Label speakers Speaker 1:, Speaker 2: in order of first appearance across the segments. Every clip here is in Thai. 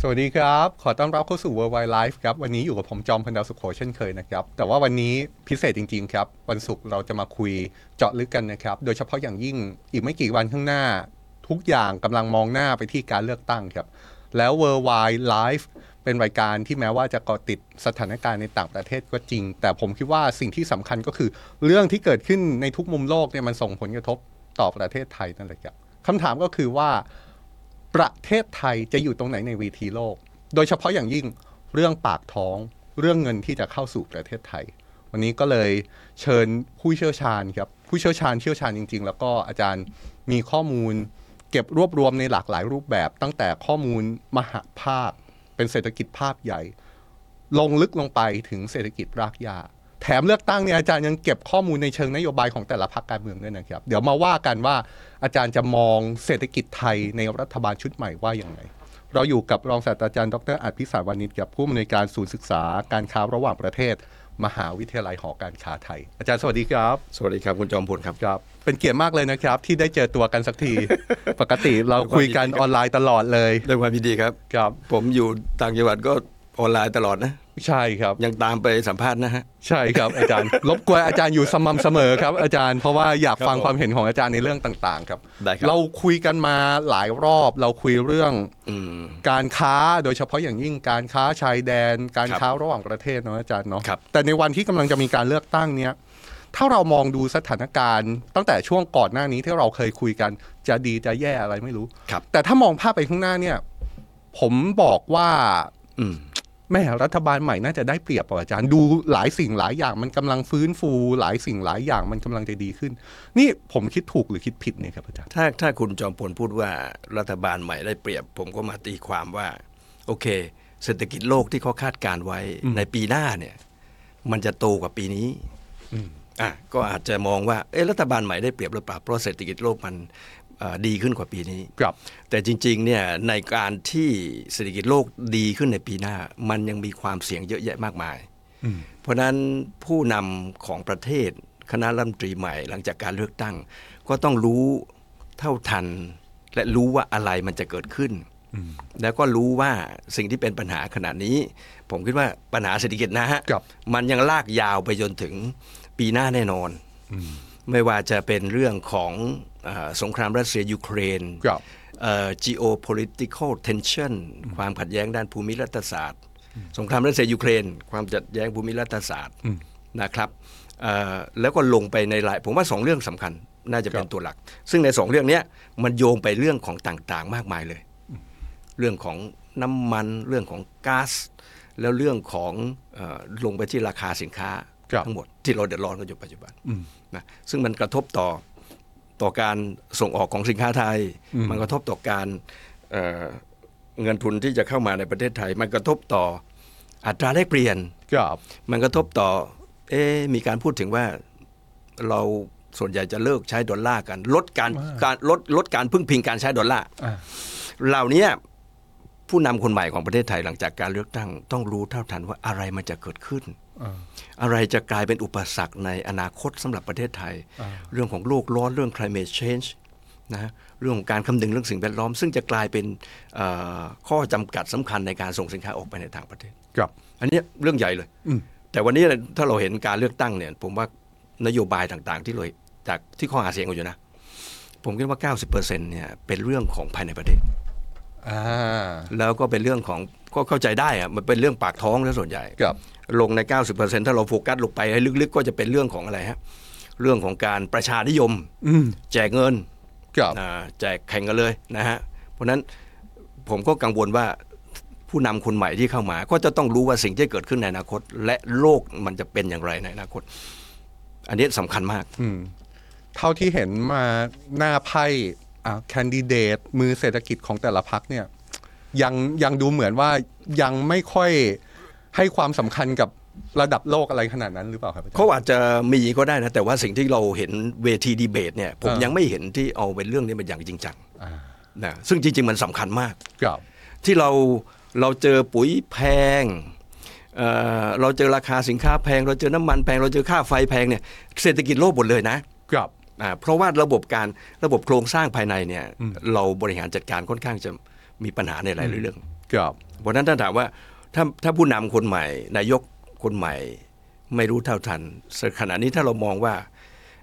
Speaker 1: สวัสดีครับ ขอต้อนรับเข้าสู่ Worldwide Life ครับ วันนี้อยู่กับผมจอมพันดาวสุขโขเช่นเคยนะครับ แต่ว่าวันนี้พิเศษจริง ๆ ครับ วันศุกร์เราจะมาคุยเจาะลึกกันนะครับ โดยเฉพาะอย่างยิ่งอีกไม่กี่วันข้างหน้า ทุกอย่างกำลังมองหน้าไปที่การเลือกตั้งครับ แล้ว Worldwide Life เป็นรายการที่แม้ว่าจะเกาะติดสถานการณ์ในต่างประเทศก็จริง แต่ผมคิดว่าสิ่งที่สำคัญก็คือ เรื่องที่เกิดขึ้นในทุกมุมโลกเนี่ยมันส่งผลกระทบต่อประเทศไทยนั่นแหละครับคำถามก็คือว่า ประเทศไทยจะอยู่ตรงไหนในเวทีโลก โดยเฉพาะอย่างยิ่งเรื่องปากท้อง เรื่องเงินที่จะเข้าสู่ประเทศไทย วันนี้ก็เลยเชิญผู้เชี่ยวชาญครับ ผู้เชี่ยวชาญเชี่ยวชาญจริง ๆ แล้วก็อาจารย์มีข้อมูล เก็บรวบรวมในหลากหลายรูปแบบ ตั้งแต่ข้อมูลมหาภาค เป็นเศรษฐกิจภาพใหญ่ ลงลึกลงไปถึงเศรษฐกิจรากหญ้าแถมเลือกตั้งเนี่ยอาจารย์ยังเก็บข้อมูลในเชิงนโยบายของแต่ละพรรคการเมืองด้วยนะครับ เดี๋ยวมาว่ากันว่าอาจารย์จะมองเศรษฐกิจไทยในรัฐบาลชุดใหม่ว่าอย่างไร เราอยู่กับรองศาสตราจารย์ดรอาจพิสารวานิชกับผู้อำนวยการศูนย์ศึกษาการค้าระหว่างประเทศ มหาวิทยาลัยหอการค้าไทย อาจารย์สวัสดีครับ
Speaker 2: สวัสดีครับคุณจอมพลครับ
Speaker 1: ครับเป็นเกียรติมากเลยนะครับ ที่ได้เจอตัวกันสักที ปกติเราคุยกันออนไลน์ตลอดเลย
Speaker 2: ด้วยความยินดีครับ
Speaker 1: ครับ
Speaker 2: ผมอยู่ต่างจังหวัดก็ออนไลน์ตลอดนะ
Speaker 1: ใช่ครับ
Speaker 2: ยังตามไปสัมภาษณ์นะฮะ
Speaker 1: ใช่ครับ อาจารย์ รบกวนอาจารย์อยู่สม่ำเสมอครับ อาจารย์เพราะว่าอยาก
Speaker 2: ครับ
Speaker 1: ฟัง
Speaker 2: ผม
Speaker 1: ความเห็นของอาจารย์ในเรื่องต่างๆ ครับ
Speaker 2: ได้ครับ
Speaker 1: เราคุยกันมาหลายรอบ เราคุยเรื่อง
Speaker 2: อืม
Speaker 1: การค้าโดยเฉพาะอย่างยิ่งการค้าชายแดน การค้าระหว่างประเทศเนาะอาจารย์เนาะ
Speaker 2: ครับ
Speaker 1: แต่ในวันที่กำลังจะมีการเลือกตั้งเนี้ยถ้าเรามองดูสถานการณ์ ตั้งแต่ช่วงก่อนหน้านี้ที่เราเคยคุยกันจะดีจะแย่อะไรไม่รู้
Speaker 2: ครับ
Speaker 1: แต่ถ้ามองภาพไปข้างหน้าเนี่ย ผมบอกว่า
Speaker 2: อืม
Speaker 1: แม่รัฐบาลใหม่น่าจะได้เปรียบป่ะอาจารย์ดูหลายสิ่งหลายอย่างมันกำลังฟื้นฟู หลายสิ่งหลายอย่างมันกำลังจะดีขึ้น นี่ผมคิดถูกหรือคิดผิดเนี่ยครับอาจารย์
Speaker 2: ถ้าถ้าคุณจอมพลพูดว่ารัฐบาลใหม่ได้เปรียบ ผมก็มาตีความว่า โอเค เศรษฐกิจโลกที่เขาคาดการไว้ในปีหน้าเนี่ย มันจะโตกว่าปีนี้อ่ะก็อาจจะมองว่าเอะรัฐบาลใหม่ได้เปรียบหรือเปล่าเพราะเศรษฐกิจโลกมันเอ่อดีขึ้นกว่าปีนี้
Speaker 1: ครับ
Speaker 2: แต่จริงๆ เนี่ยในการที่เศรษฐกิจโลกดีขึ้นในปีหน้า มันยังมีความเสี่ยงเยอะแยะมากมาย
Speaker 1: อืม
Speaker 2: เพราะฉะนั้นผู้นำของประเทศคณะรัฐมนตรีใหม่หลังจากการเลือกตั้ง ก็ต้องรู้เท่าทัน และรู้ว่าอะไรมันจะเกิดขึ้น แล้วก็รู้ว่าสิ่งที่เป็นปัญหาขณะนี้ ผมคิดว่าปัญหาเศรษฐกิจนะฮะ
Speaker 1: ครับ
Speaker 2: มันยังลากยาวไปจนถึงปีหน้าแน่นอน ไม่ว่าจะเป็นเรื่องของเออสงครามรัสเซียยูเครน
Speaker 1: ครับ
Speaker 2: เอ่อ geopolitical tension ความขัดแย้งด้านภูมิรัฐศาสตร์ สงครามรัสเซียยูเครน ความขัดแย้งภูมิรัฐศาสตร์นะครับเอ่อแล้วก็ลงไปในรายผมว่าสองเรื่องสำคัญน่าจะเป็
Speaker 1: คน รับ
Speaker 2: ตัวหลัก ซึ่งในสองเรื่องเนี้ยมันโยงไปเรื่องของต่างๆ มากมายเลย เรื่องของน้ำมันเรื่องของก๊าซแล้วเรื่องของเออลงไปที่ราคาสินค้า
Speaker 1: ครับ
Speaker 2: ทั้งหมดที่เราเดือดร้อนกันอยู่ปัจจุบัน
Speaker 1: อืม
Speaker 2: นะซึ่งมันกระทบต่อต่อการส่งออกของสินค้าไทย
Speaker 1: อืม
Speaker 2: มันกระทบต่อการเอ่อเงินทุนที่จะเข้ามาในประเทศไทย มันกระทบต่ออัตราแลกเปลี่ยน
Speaker 1: ครับ
Speaker 2: มันกระทบต่อ เอ๊ะมีการพูดถึงว่าเราส่วนใหญ่จะเลิกใช้ดอลลาร์กัน ลดการการลดลดการพึ่งพิงการใช้ดอลลาร์
Speaker 1: อ่ะ
Speaker 2: เหล่านี้ผู้นำคนใหม่ของประเทศไทยหลังจากการเลือกตั้ง ต้องรู้เท่าทันว่าอะไรมันจะเกิดขึ้น
Speaker 1: อ่ะ
Speaker 2: อะไรจะกลายเป็นอุปสรรคในอนาคตสำหรับประเทศไทย
Speaker 1: อ่า
Speaker 2: เรื่องของโลกร้อนเรื่อง climate change นะฮะเรื่องของการคำนึงเรื่องสิ่งแวดล้อม ซึ่งจะกลายเป็นเอ่อข้อจำกัดสำคัญในการส่งสินค้าออกไปในต่างประเทศ
Speaker 1: ครับ
Speaker 2: อันเนี้ยเรื่องใหญ่เลย
Speaker 1: อืม
Speaker 2: แต่วันนี้ถ้าเราเห็นการเลือกตั้งเนี่ย ผมว่านโยบายต่างๆ ที่เลยจากที่ข้อหาเสียงกันอยู่นะ ผมคิดว่า 90%เนี่ยเป็นเรื่องของภายในประเทศ
Speaker 1: อ่า
Speaker 2: แล้วก็เป็นเรื่องของก็เข้าใจได้อะมันเป็นเรื่องปากท้องแล้วส่วนใหญ่
Speaker 1: ครับ
Speaker 2: ลงใน 90%ถ้าเราโฟกัสลงไปให้ลึกๆ ก็จะเป็นเรื่องของอะไรฮะเรื่องของการประชานิยม
Speaker 1: อืม
Speaker 2: แจกเงิน
Speaker 1: ครับ
Speaker 2: อ่าแจกแข่งกันเลยนะฮะเพราะฉะนั้นผมก็กังวลว่าผู้นำคนใหม่ที่เข้ามา ก็จะต้องรู้ว่าสิ่งที่เกิดขึ้นในอนาคต และโลกมันจะเป็นอย่างไรในอนาคต อันนี้สำคัญมาก
Speaker 1: อืมเท่าที่เห็นมาหน้าไพ่อ่ะแคนดิเดตมือเศรษฐกิจของแต่ละพักเนี่ย ยังยังดูเหมือนว่ายังไม่ค่อยให้ความสำคัญกับระดับโลกอะไรขนาดนั้นหรือเปล่าครับอจรย์
Speaker 2: เขาอาจจะมีก็ได้นะแต่ว่าสิ่งที่เราเห็นเวทีดีเบตเนี่ยผม
Speaker 1: อ่ายั
Speaker 2: ยังไม่เห็นที่เอาเป็นเรื่องนี้เป็นอย่างจริงจัง
Speaker 1: อ่า
Speaker 2: นะซึ่งจริง ๆ มันสำคัญมาก
Speaker 1: ครับ
Speaker 2: ที่เราเราเจอปุ๋ยแพงเอ่อเราเจอราคาสินค้าแพง เราเจอน้ำมันแพง เราเจอค่าไฟแพงเนี่ยเศรษฐกิจโลกหมดเลยนะครับ อ่าเพราะว่าระบบการระบบโครงสร้างภายในเนี่ยเราบริหารจัดการค่อนข้างจะมีปัญหาในหลายเรื่อง
Speaker 1: ครับ
Speaker 2: เพราะฉะนั้นถ้าถามว่าถ้าถ้าผู้นำคนใหม่ นายกคนใหม่ ไม่รู้เท่าทันขณะนี้ถ้าเรามองว่า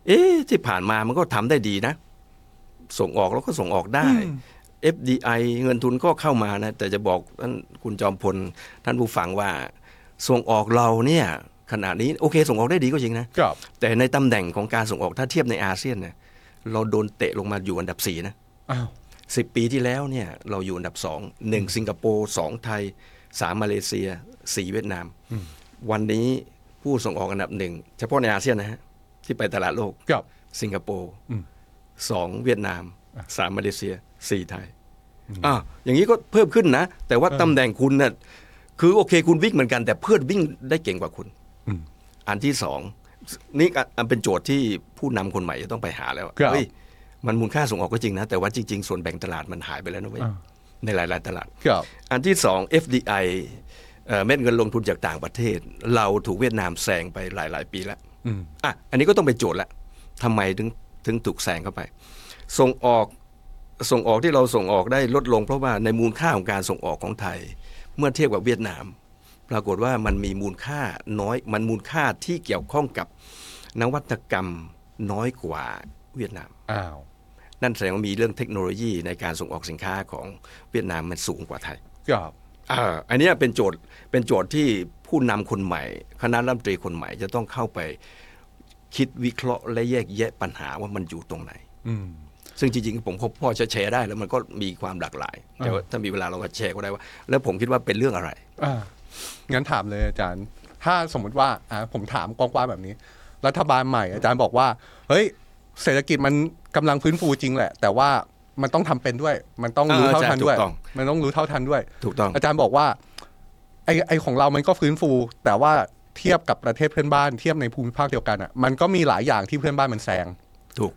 Speaker 2: เอ๊ะที่ผ่านมามันก็ทำได้ดีนะ ส่งออกแล้วก็ส่งออกได้ FDI เงินทุนก็เข้ามานะ แต่จะบอกท่านคุณจอมพล ท่านผู้ฟังว่าส่งออกเราเนี่ยขณะนี้โอเค ส่งออกได้ดีก็จริงนะ
Speaker 1: ครับ
Speaker 2: แต่ในตำแหน่งของการส่งออกถ้าเทียบในอาเซียนเนี่ยเราโดนเตะลงมาอยู่อันดับสี่นะ
Speaker 1: อ้าว
Speaker 2: สิบปีที่แล้วเนี่ยเราอยู่อันดับสองหนึ่งสิงคโปร์สองไทยสามมาเลเซียสี่เวียดนาม วันนี้ผู้ส่งออกอันดับหนึ่งเฉพาะในอาเซียนนะฮะที่ไปตลาดโลก
Speaker 1: ครับ
Speaker 2: สิงคโปร์
Speaker 1: อืม
Speaker 2: สองเวียดนามสามมาเลเซียสี่ไทยอ่าอย่างนี้ก็เพิ่มขึ้นนะ แต่ว่าตำแหน่งคุณน่ะคือโอเคคุณวิ่งเหมือนกันแต่เพื่อนวิ่งได้เก่งกว่าคุณ
Speaker 1: อืม
Speaker 2: อันที่สองนี่ก็อันเป็นโจทย์ที่ผู้นำคนใหม่จะต้องไปหาแล้ว
Speaker 1: ครับ
Speaker 2: เฮ้ยมันมูลค่าส่งออกก็จริงนะ แต่ว่าจริง ๆ ส่วนแบ่งตลาดมันหายไปแล้วนะเว้ยในหลาย ๆ ตลาด
Speaker 1: ครับ
Speaker 2: อันที่สอง FDI เอ่อเม็ดเงินลงทุนจากต่างประเทศ เราถูกเวียดนามแซงไปหลาย ๆ ปีแล้ว
Speaker 1: อืม
Speaker 2: อ่ะ อันนี้ก็ต้องเป็นโจทย์ละทำไมถึงถึงถูกแซงเข้าไป ส่งออก ส่งออกที่เราส่งออกได้ลดลง เพราะว่าในมูลค่าของการส่งออกของไทย เมื่อเทียบกับเวียดนาม ปรากฏว่ามันมีมูลค่าน้อย มันมูลค่าที่เกี่ยวข้องกับนวัตกรรมน้อยกว่าเวียดนาม
Speaker 1: อ้าว
Speaker 2: นั่นแสดงว่ามีเรื่องเทคโนโลยีในการส่งออกสินค้าของเวียดนามมันสูงกว่าไทย
Speaker 1: ครับ
Speaker 2: อ่าอันเนี้ยเป็นโจทย์เป็นโจทย์ที่ผู้นำคนใหม่ คณะรัฐมนตรีคนใหม่จะต้องเข้าไปคิดวิเคราะห์และแยกแยะปัญหาว่ามันอยู่ตรงไหน
Speaker 1: อืม
Speaker 2: ซึ่งจริงๆ ผมพบพ่อจะแชร์ได้แล้วมันก็มีความหลากหลาย แต่ว่าถ้ามีเวลาเราก็แชร์ก็ได้ว่า แล้วผมคิดว่าเป็นเรื่องอะไร
Speaker 1: อ่างั้นถามเลยอาจารย์ ถ้าสมมุติว่าอ่าผมถามกว้างๆแบบนี้ รัฐบาลใหม่อาจารย์บอกว่า เฮ้ย เศรษฐกิจมันกำลังฟื้นฟูจริงแหละ แต่ว่ามันต้องทำเป็นด้วย มันต้องรู้
Speaker 2: เออ
Speaker 1: เท่าทันด้วย
Speaker 2: อาจารย์ถูกต้อง
Speaker 1: มันต้องรู้เท่าทันด้วย
Speaker 2: ถูกต้อง
Speaker 1: อาจารย์บอกว่าไอ้ไอ้ของเรามันก็ฟื้นฟู แต่ว่าเทียบกับประเทศเพื่อนบ้านเทียบในภูมิภาคเดียวกันอ่ะ มันก็มีหลายอย่างที่เพื่อนบ้านมันแซง
Speaker 2: ถูก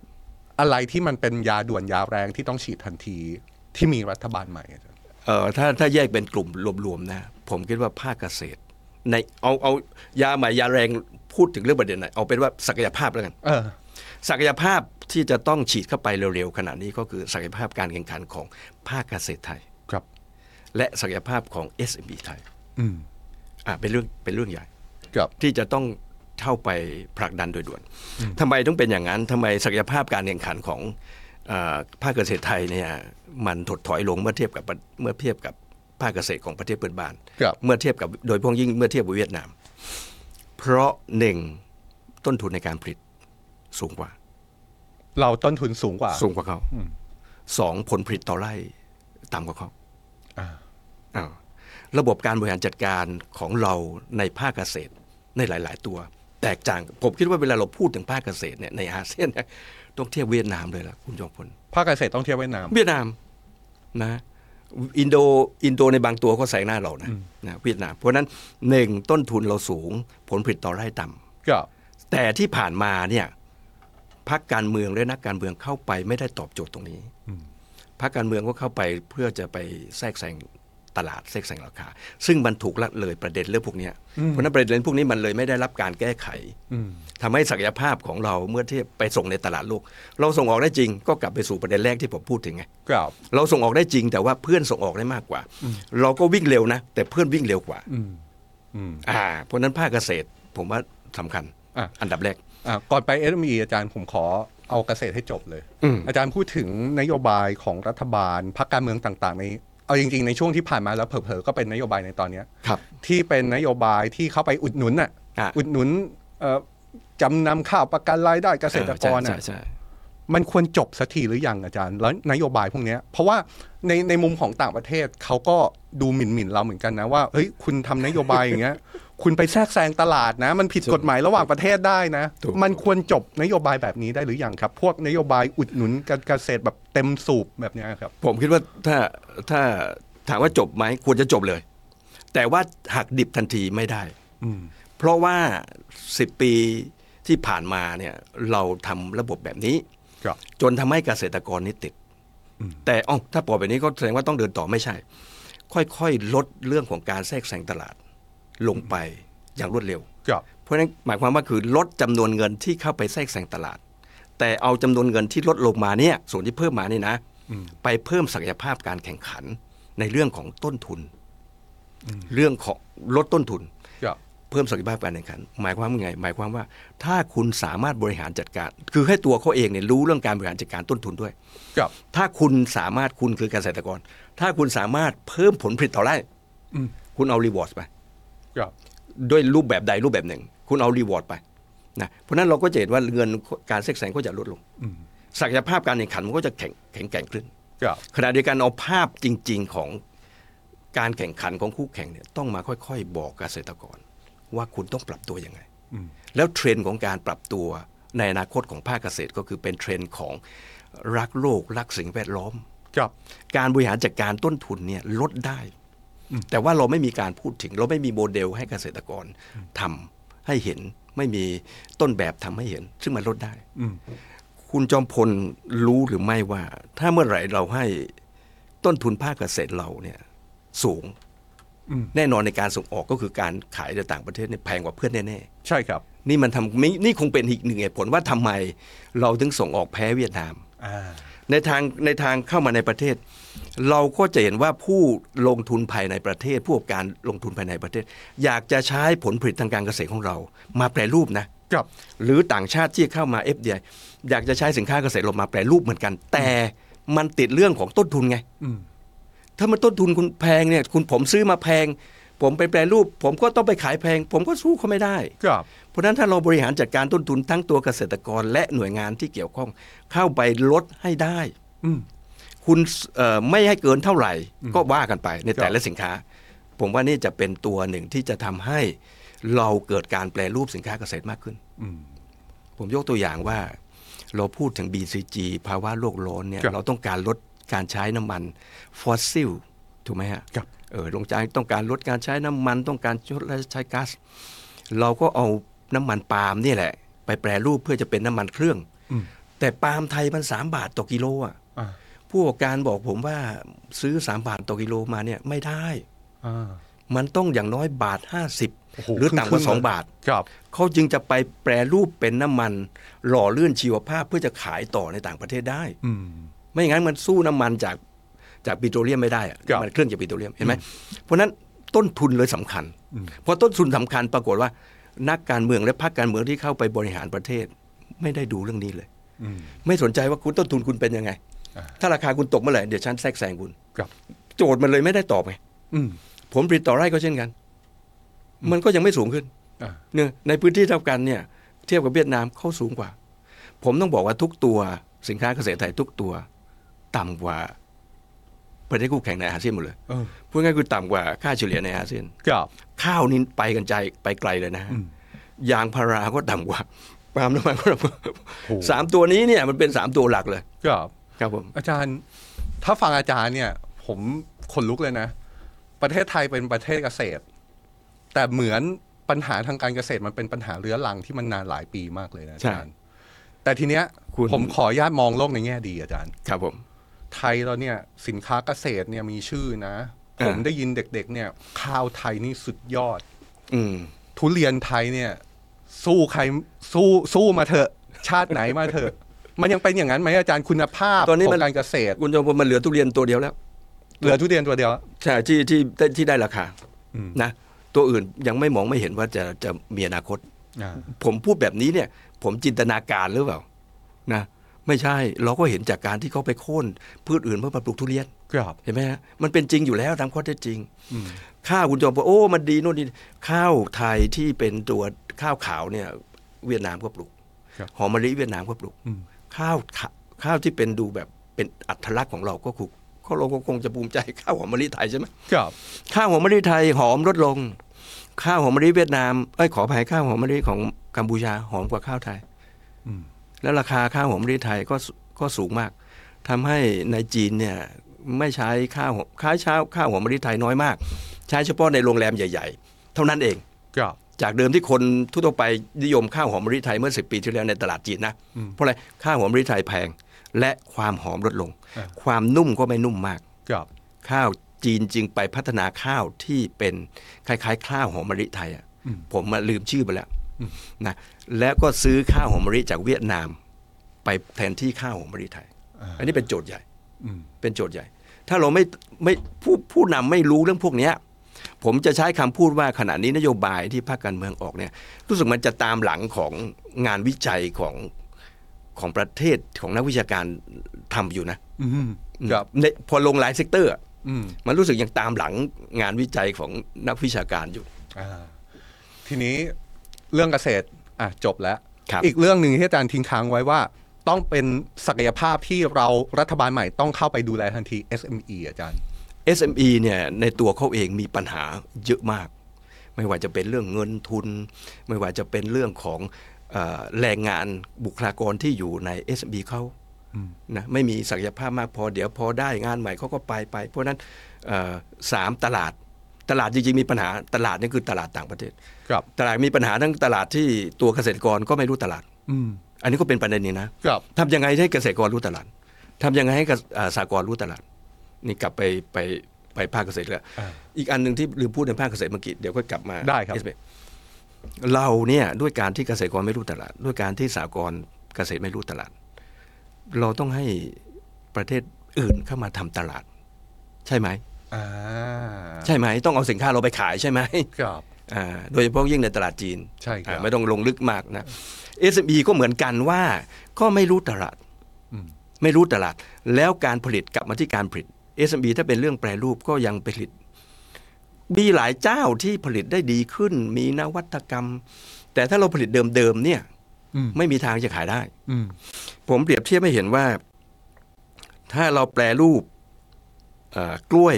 Speaker 1: อะไรที่มันเป็นยาด่วนยาแรงที่ต้องฉีดทันทีที่มีรัฐบาลใหม่อาจารย์
Speaker 2: เอ่อถ้าถ้าแยกเป็นกลุ่มรวมๆนะผมคิดว่าภาคเกษตร ในเอาเอายาใหม่ยาแรงพูดถึงเรื่องประเด็นไหนเอาเป็นว่าศักยภาพแล้วกัน
Speaker 1: เออ
Speaker 2: ศักยภาพที่จะต้องฉีดเข้าไปเร็วๆขณะนี้ก็คือศักยภาพการแข่งขันของภาคเกษตรไทย
Speaker 1: ครับ
Speaker 2: และศักยภาพของ SME ไทย
Speaker 1: อืม
Speaker 2: อ่ะเป็นเรื่องเป็นเรื่องใหญ่
Speaker 1: ครับ
Speaker 2: ที่จะต้องเข้าไปผลักดันโดยด่วนทำไมต้องเป็นอย่างนั้นทำไมศักยภาพการแข่งขันของเอ่อภาคเกษตรไทยเนี่ยมันถดถอยลงเมื่อเทียบกับเมื่อเทียบกับภาคเกษตรของประเทศเพื่อนบ้าน
Speaker 1: ครับ
Speaker 2: เมื่อเทียบกับโดยเฉพ้องยิ่งเมื่อเทียบกับเวียดนาม เพราะหนึ่งต้นทุนในการผลิตสูงกว่า
Speaker 1: เราต้นทุนสูงกว่า
Speaker 2: สูงกว่าเขา
Speaker 1: อืม
Speaker 2: สองผลผลิตต่อไร่ต่ำกว่าเขา
Speaker 1: อ่า
Speaker 2: อ้าวระบบการบริหารจัดการของเราในภาคเกษตรในหลาย ๆ ตัว แตกต่างผมคิดว่าเวลาเราพูดถึงภาคเกษตรเนี่ยในอาเซียนเนี่ยต้องเทียบเวียดนามเลยล่ะคุณจอมพล
Speaker 1: ภาคเกษตรต้องเทียบเวียดนาม
Speaker 2: เวียดนามนะอินโดอินโดในบางตัวก็แสงหน้าเรานะนะเวียดนาม เพราะฉะนั้นหนึ่งต้นทุนเราสูง ผลผลิตต่อไร่ต่ำ
Speaker 1: ก็
Speaker 2: แต่ที่ผ่านมาเนี่ยพักการเมืองและนักการเมืองเข้าไปไม่ได้ตอบโจทย์ตรงนี้พักการเมืองก็เข้าไปเพื่อจะไปแทรกแซงตลาดแทรกแซงราคา ซึ่งมันถูกละเลยประเด็นเรื่องพวกเนี้ยเพราะฉะนั้นประเด็นพวกนี้มันเลยไม่ได้รับการแก้ไข
Speaker 1: อืม
Speaker 2: ทำให้ศักยภาพของเราเมื่อเทียบไปส่งในตลาดโลก เราส่งออกได้จริงก็กลับไปสู่ประเด็นแรกที่ผมพูดถึงไง
Speaker 1: ก็
Speaker 2: เราส่งออกได้จริง แต่ว่าเพื่อนส่งออกได้มากกว่า เราก็วิ่งเร็วนะ แต่เพื่อนวิ่งเร็วกว่า
Speaker 1: อืม อืม
Speaker 2: อ่าเพราะฉะนั้นภาคเกษตรผมว่าสำคัญ
Speaker 1: อ่ะ
Speaker 2: อันดับแรก
Speaker 1: อ่ะก่อนไปเอสมีอาจารย์ผมขอเอาเกษตรให้จบเลย
Speaker 2: อืม
Speaker 1: อาจารย์พูดถึงนโยบายของรัฐบาลพรรคการเมืองต่างๆในเอาจริงๆ ในช่วงที่ผ่านมาแล้วเผลอๆก็เป็นนโยบายในตอนเนี้ย
Speaker 2: ครับ
Speaker 1: ที่เป็นนโยบายที่เข้าไปอุดหนุนน่ะ
Speaker 2: อ่ะ
Speaker 1: อุดหนุนเอ่อจำนำข้าวประกันรายได้เกษตรกร
Speaker 2: เออใช่
Speaker 1: น่ะ
Speaker 2: ใช่ใช่
Speaker 1: มันควรจบสักทีหรือยังอาจารย์ แล้วนโยบายพวกเนี้ยเพราะว่าในในมุมของต่างประเทศเขาก็ดูหมิ่นหมิ่นเราเหมือนกันนะว่าเฮ้ยคุณทำนโยบายอย่างเงี้ย คุณไปแทรกแซงตลาดนะ มันผิดกฎหมายระหว่างประเทศได้นะ มันควรจบนโยบายแบบนี้ได้หรือยังครับ พวกนโยบายอุดหนุนการเกษตรแบบเต็มสูบแบบเนี้ยครับ
Speaker 2: ผมคิดว่าถ้าถ้าถามว่าจบไหมควรจะจบเลย แต่ว่าหักดิบทันทีไม่ได้
Speaker 1: อืม
Speaker 2: เพราะว่า 10 ปีที่ผ่านมาเนี่ยเราทำระบบแบบนี้
Speaker 1: ครับ
Speaker 2: จนทำให้เกษตรกรนี่ติด แต่อ๋อถ้าปล่อยแบบนี้ก็แสดงว่าต้องเดินต่อไม่ใช่ ค่อยๆ ลดเรื่องของการแทรกแซงตลาดลงไปอย่างรวดเร็ว
Speaker 1: ครับ
Speaker 2: เพราะฉะนั้นหมายความว่าคือลดจำนวนเงินที่เข้าไปแทรกแซงตลาด แต่เอาจำนวนเงินที่ลดลงมาเนี่ยส่วนที่เพิ่มมานี่นะ ไปเพิ่มศักยภาพการแข่งขัน ในเรื่องของต้นทุน เรื่องของลดต้นทุน
Speaker 1: ครับ
Speaker 2: เพิ่มศักยภาพการแข่งขัน หมายความว่าไง หมายความว่าถ้าคุณสามารถบริหารจัดการ คือให้ตัวเขาเองเนี่ยรู้เรื่องการบริหารจัดการต้นทุนด้วย
Speaker 1: ครับ
Speaker 2: ถ้าคุณสามารถคุณคือเกษตรกร ถ้าคุณสามารถเพิ่มผลผลิตต่อไร่
Speaker 1: อืม
Speaker 2: คุณเอารีวอร์ดไป
Speaker 1: ครับ
Speaker 2: ด้วยรูปแบบใดรูปแบบหนึ่ง คุณเอารีวอร์ดไปนะเพราะฉะนั้นเราก็จะเห็นว่าเงินการแทรกแซงก็จะลดลง
Speaker 1: อืม
Speaker 2: ศักยภาพการแข่งขันมันก็จะแข็งแข็งแกร่งขึ้น
Speaker 1: ครับ
Speaker 2: ขณะเดียวกันเอาภาพจริง ๆของการแข่งขันของคู่แข่งเนี่ยต้องมาค่อยๆ บอกเกษตรกร ว่าคุณต้องปรับตัวยังไง
Speaker 1: อืม
Speaker 2: แล้วเทรนด์ของการปรับตัวในอนาคตของภาคเกษตรก็คือเป็นเทรนด์ของรักโลก รักสิ่งแวดล้อม
Speaker 1: ครับ
Speaker 2: การบริหารจัดการต้นทุนเนี่ยลดได้
Speaker 1: อืม
Speaker 2: แต่ว่าเราไม่มีการพูดถึง เราไม่มีโมเดลให้เกษตรกรทำให้เห็น ไม่มีต้นแบบทำให้เห็น ซึ่งมันลดได้
Speaker 1: อืม
Speaker 2: คุณจอมพลรู้หรือไม่ว่า ถ้าเมื่อไหร่เราให้ต้นทุนภาคเกษตรเราเนี่ยสูง
Speaker 1: อืม
Speaker 2: แน่นอนในการส่งออกก็คือการขายในต่างประเทศเนี่ยแพงกว่าเพื่อนแน่
Speaker 1: ใช่ครับ
Speaker 2: ๆนี่มันทำนี่นี่คงเป็นอีกหนึ่งเหตุผลว่าทำไมเราถึงส่งออกแพ้เวียดนาม
Speaker 1: อ่า
Speaker 2: ในทางในทางเข้ามาในประเทศ เราก็จะเห็นว่าผู้ลงทุนภายในประเทศ ผู้ประกอบการลงทุนภายในประเทศ อยากจะใช้ผลผลิตทางการเกษตรของเรา มาแปรรูปนะ
Speaker 1: ครับ
Speaker 2: หรือต่างชาติที่เข้ามา FDI อยากจะใช้สินค้าเกษตรเรามาแปรรูปเหมือนกัน แต่มันติดเรื่องของต้นทุนไง
Speaker 1: อืม
Speaker 2: ถ้ามันต้นทุนคุณแพงเนี่ย คุณผมซื้อมาแพง ผมไปแปรรูป ผมก็ต้องไปขายแพง ผมก็สู้เขาไม่ได้
Speaker 1: ครับ
Speaker 2: เพราะฉะนั้นถ้าเราบริหารจัดการต้นทุนทั้งตัวเกษตรกรและหน่วยงานที่เกี่ยวข้องเข้าไปลดให้ได้
Speaker 1: อืม
Speaker 2: คุณเอ่อไม่ให้เกินเท่าไหร่
Speaker 1: อืม
Speaker 2: ก็ว่ากันไป
Speaker 1: ค
Speaker 2: ใน
Speaker 1: รับ
Speaker 2: แต่ละสินค้า ผมว่านี่จะเป็นตัวหนึ่งที่จะทำให้เราเกิดการแปรรูปสินค้าเกษตรมากขึ้น
Speaker 1: อืม
Speaker 2: ผมยกตัวอย่างว่า เราพูดถึง BCG ภาวะโลกร้อนเนี่ย
Speaker 1: ครับ
Speaker 2: เราต้องการลดการใช้น้ำมันฟอสซิลถูกไหมฮะ
Speaker 1: ครับ
Speaker 2: เออลงใจต้องการลดการใช้น้ำมันต้องการลดใช้ก๊าซเราก็เอาน้ำมันปาล์มนี่แหละ ไปแปรรูปเพื่อจะเป็นน้ำมันเครื่อง
Speaker 1: อืม
Speaker 2: แต่ปาล์มไทยมันสามบาทต่อกิโลอ่ะ
Speaker 1: อ่า
Speaker 2: ผู้ประกอบการบอกผมว่าซื้อ 3 บาทต่อกิโลมาเนี่ยไม่ได้
Speaker 1: อ่า
Speaker 2: มันต้องอย่างน้อยบาท
Speaker 1: โอ้โห
Speaker 2: 50 หรือต่ำกว่า
Speaker 1: ครึ่งๆเลย
Speaker 2: 2 บาท
Speaker 1: ครับ
Speaker 2: เขาจึงจะไปแปรรูปเป็นน้ำมัน หล่อเลื่อนชีวภาพเพื่อจะขายต่อในต่างประเทศได้
Speaker 1: อืม
Speaker 2: ไม่อย่างนั้นมันสู้น้ำมันจากจากปิโตรเลียมไม่ได้อะ
Speaker 1: ครับ
Speaker 2: มันเครื่องจากปิโตรเลียมเห็นไหมเพราะฉะนั้นต้นทุนเลยสำคัญ
Speaker 1: อืม
Speaker 2: เพราะต้นทุนสำคัญปรากฏว่า นักการเมืองและพรรคการเมืองที่เข้าไปบริหารประเทศ ไม่ได้ดูเรื่องนี้เลย
Speaker 1: อืม
Speaker 2: ไม่สนใจว่าคุณต้นทุนคุณเป็นยังไง
Speaker 1: อ่า
Speaker 2: ถ้าราคาคุณตกเมื่อไหร่เดี๋ยวฉันแทรกแซงคุณ
Speaker 1: ครับ
Speaker 2: โจทย์มันเลยไม่ได้ตอบไง
Speaker 1: อืม
Speaker 2: ผลผลิตต่อไร่ก็เช่นกัน มันก็ยังไม่สูงขึ้น
Speaker 1: อ่า
Speaker 2: เนี่ยในพื้นที่เท่ากันเนี่ย เทียบกับเวียดนามเขาสูงกว่า ผมต้องบอกว่าทุกตัวสินค้าเกษตรไทยทุกตัว ต่ำกว่า ประเทศคู่แข่งในอาเซียนหมดเลย
Speaker 1: เออ
Speaker 2: พูดง่ายๆคือต่ำกว่าค่าเฉลี่ยในอาเซียน
Speaker 1: ครับ
Speaker 2: ข้าวนี่ไปกันใจไปไกลเลยนะฮะ
Speaker 1: อืม
Speaker 2: ยางพาราก็ต่ำกว่าปาล์มน้ำมันก็ต่ำกว่า
Speaker 1: โอ้
Speaker 2: สามตัวนี้เนี่ยมันเป็นสามตัวหลักเลย
Speaker 1: ครับ
Speaker 2: ครับผม
Speaker 1: อาจารย์ถ้าฟังอาจารย์เนี่ย ผมขนลุกเลยนะ ประเทศไทยเป็นประเทศเกษตร แต่เหมือนปัญหาทางการเกษตรมันเป็นปัญหาเรื้อรังที่มันนานหลายปีมากเลยนะอาจารย์ แต่ทีเนี้ย
Speaker 2: คุณ
Speaker 1: ผมขออนุญาตมองโลกในแง่ดีอาจารย์
Speaker 2: ครับผม
Speaker 1: ไทยเราเนี่ยสินค้าเกษตรเนี่ยมีชื่อนะ ผม
Speaker 2: อ่า
Speaker 1: ได้ยินเด็ก ๆ เนี่ยข้าวไทยนี่สุดยอด
Speaker 2: อืม
Speaker 1: ทุเรียนไทยเนี่ย สู้ใครสู้สู้มาเถอะ ชาติไหนมาเถอะ มันยังเป็นอย่างนั้นไหมอาจารย์คุณภาพ
Speaker 2: ตอนนี้
Speaker 1: ข
Speaker 2: มั
Speaker 1: อน งการเกษตร
Speaker 2: คุณจอมพลมันเหลือทุเรียนตัวเดียวแล้ว
Speaker 1: เหลือทุเรียนตัวเดียว
Speaker 2: ใช่ที่ที่ที่ที่ได้ราคา
Speaker 1: อืม
Speaker 2: นะ ตัวอื่นยังไม่มองไม่เห็นว่าจะจะมีอนาคต
Speaker 1: อ่า
Speaker 2: ผมพูดแบบนี้เนี่ย ผมจินตนาการหรือเปล่านะ ไม่ใช่เราก็เห็นจากการที่เขาไปโค่นพืชอื่นเพื่อมาปลูกทุเรียน
Speaker 1: ครับ
Speaker 2: เห็นไหมฮะมันเป็นจริงอยู่แล้วตามข้อเท็จจริง
Speaker 1: อืม
Speaker 2: ข้าวคุณจอมพลโอ้มันดีโน่นนี่ข้าวไทยที่เป็นตัวข้าวขาวเนี่ย เวียดนามก็ปลูก
Speaker 1: ครับ
Speaker 2: หอมมะลิเวียดนามก็ปลูก
Speaker 1: อืม
Speaker 2: ข้าวขะข้าวที่เป็นดูแบบเป็นอัตลักษณ์ของเราก็คือเขาเราก็คงจะภูมิใจข้าวหอมมะลิไทยใช่ไหม
Speaker 1: ครับ
Speaker 2: ข้าวหอมมะลิไทยหอมลดลง ข้าวหอมมะลิเวียดนามเอ้ยขออภัยข้าวหอมมะลิของกัมพูชาหอมกว่าข้าวไทย
Speaker 1: อืม
Speaker 2: แล้วราคาข้าวหอมมะลิไทยก็สก็สูงมากทำให้ในจีนเนี่ยไม่ใช้ข้าวหอมค้ายเช้าข้าวหอมมะลิไทยน้อยมาก ใช้เฉพาะในโรงแรมใหญ่ ๆ เท่านั้นเอง
Speaker 1: ครับ
Speaker 2: จากเดิมที่คนทั่วๆไปนิยมข้าวหอมมะลิไทยเมื่อ10ปีที่แล้วในตลาดจีนนะ
Speaker 1: อืม
Speaker 2: เพราะอะไรข้าวหอมมะลิไทยแพงและความหอมลดลง
Speaker 1: อ่า
Speaker 2: ความนุ่มก็ไม่นุ่มมาก
Speaker 1: ครับ
Speaker 2: ข้าวจีนจึงไปพัฒนาข้าวที่เป็นคล้ายๆ ข้าวหอมมะลิไทยอ่ะ
Speaker 1: อืม
Speaker 2: ผมมาลืมชื่อไปแล้ว
Speaker 1: อืม
Speaker 2: นะแล้วก็ซื้อข้าวหอมมะลิจากเวียดนาม ไปแทนที่ข้าวหอมมะลิไทย
Speaker 1: อ่า
Speaker 2: อันนี้เป็นโจทย์ใหญ่
Speaker 1: อืม
Speaker 2: เป็นโจทย์ใหญ่ ถ้าเราไม่ไม่ผู้ผู้นำไม่รู้เรื่องพวกเนี้ยผมจะใช้คำพูดว่าขณะนี้นโยบายที่ภาคการเมืองออกเนี่ย รู้สึกมันจะตามหลังของงานวิจัยของของประเทศของนักวิชาการทำอยู่นะ
Speaker 1: อืม
Speaker 2: อืม
Speaker 1: ครับ
Speaker 2: ในพอลงรายเซกเตอร์อะ
Speaker 1: อืม
Speaker 2: มันรู้สึกยังตามหลังงานวิจัยของนักวิชาการอยู่
Speaker 1: อ่าทีนี้เรื่องเกษตรอ่ะจบแล้ว
Speaker 2: ครับ
Speaker 1: อีกเรื่องหนึ่งที่อาจารย์ทิ้งค้างไว้ว่า ต้องเป็นศักยภาพที่เรารัฐบาลใหม่ต้องเข้าไปดูแลทันที SME อาจารย์
Speaker 2: SME เนี่ยในตัวเขาเองมีปัญหาเยอะมาก ไม่ว่าจะเป็นเรื่องเงินทุน ไม่ว่าจะเป็นเรื่องของเออแรงงานบุคลากรที่อยู่ใน SME เขานะไม่มีศักยภาพมากพอเดี๋ยวพอได้งานใหม่เขาก็ไปไป เพราะฉะนั้นเอ่อสามตลาดตลาดจริงๆมีปัญหาตลาดนี่คือตลาดต่างประเทศ
Speaker 1: ครับ
Speaker 2: ตลาดมีปัญหาทั้งตลาดที่ตัวเกษตรกรก็ไม่รู้ตลาด
Speaker 1: อืม
Speaker 2: อันนี้ก็เป็นประเด็นหนี้นะ
Speaker 1: ครับ
Speaker 2: ทำยังไงให้เกษตรกรรู้ตลาด ทำยังไงให้เกษอ่าสากลรู้ตลาด นี่กลับไปไปไปภาคเกษตรแล้ว
Speaker 1: อ่า
Speaker 2: อีกอันหนึ่งที่ลืมพูดในภาคเกษตรเมื่อกี้เดี๋ยวก็กลับมา
Speaker 1: ได้ครับ
Speaker 2: เอสเอ็มเอเราเนี่ยด้วยการที่เกษตรกรไม่รู้ตลาด ด้วยการที่สากลเกษตรไม่รู้ตลาด เราต้องให้ประเทศอื่นเข้ามาทำตลาด ใช่ไหม
Speaker 1: อ่า
Speaker 2: ใช่ไหม ต้องเอาสินค้าเราไปขายใช่ไหม
Speaker 1: ครับ
Speaker 2: อ่าโดยเฉพาะยิ่งในตลาดจีน
Speaker 1: ใช่ครั
Speaker 2: อ่า
Speaker 1: บ
Speaker 2: ไม่ต้องลงลึกมากนะ SME ก็เหมือนกันว่าก็ไม่รู้ตลาด
Speaker 1: อืม
Speaker 2: ไม่รู้ตลาด แล้วการผลิตกลับมาที่การผลิต SME ถ้าเป็นเรื่องแปรรูปก็ยังผลิต มีหลายเจ้าที่ผลิตได้ดีขึ้น มีนวัตกรรม แต่ถ้าเราผลิตเดิมๆเนี่ย
Speaker 1: อืม
Speaker 2: ไม่มีทางจะขายได้
Speaker 1: อืม
Speaker 2: ผมเปรียบเทียบให้เห็นว่า ถ้าเราแปรรูปเอ่อกล้วย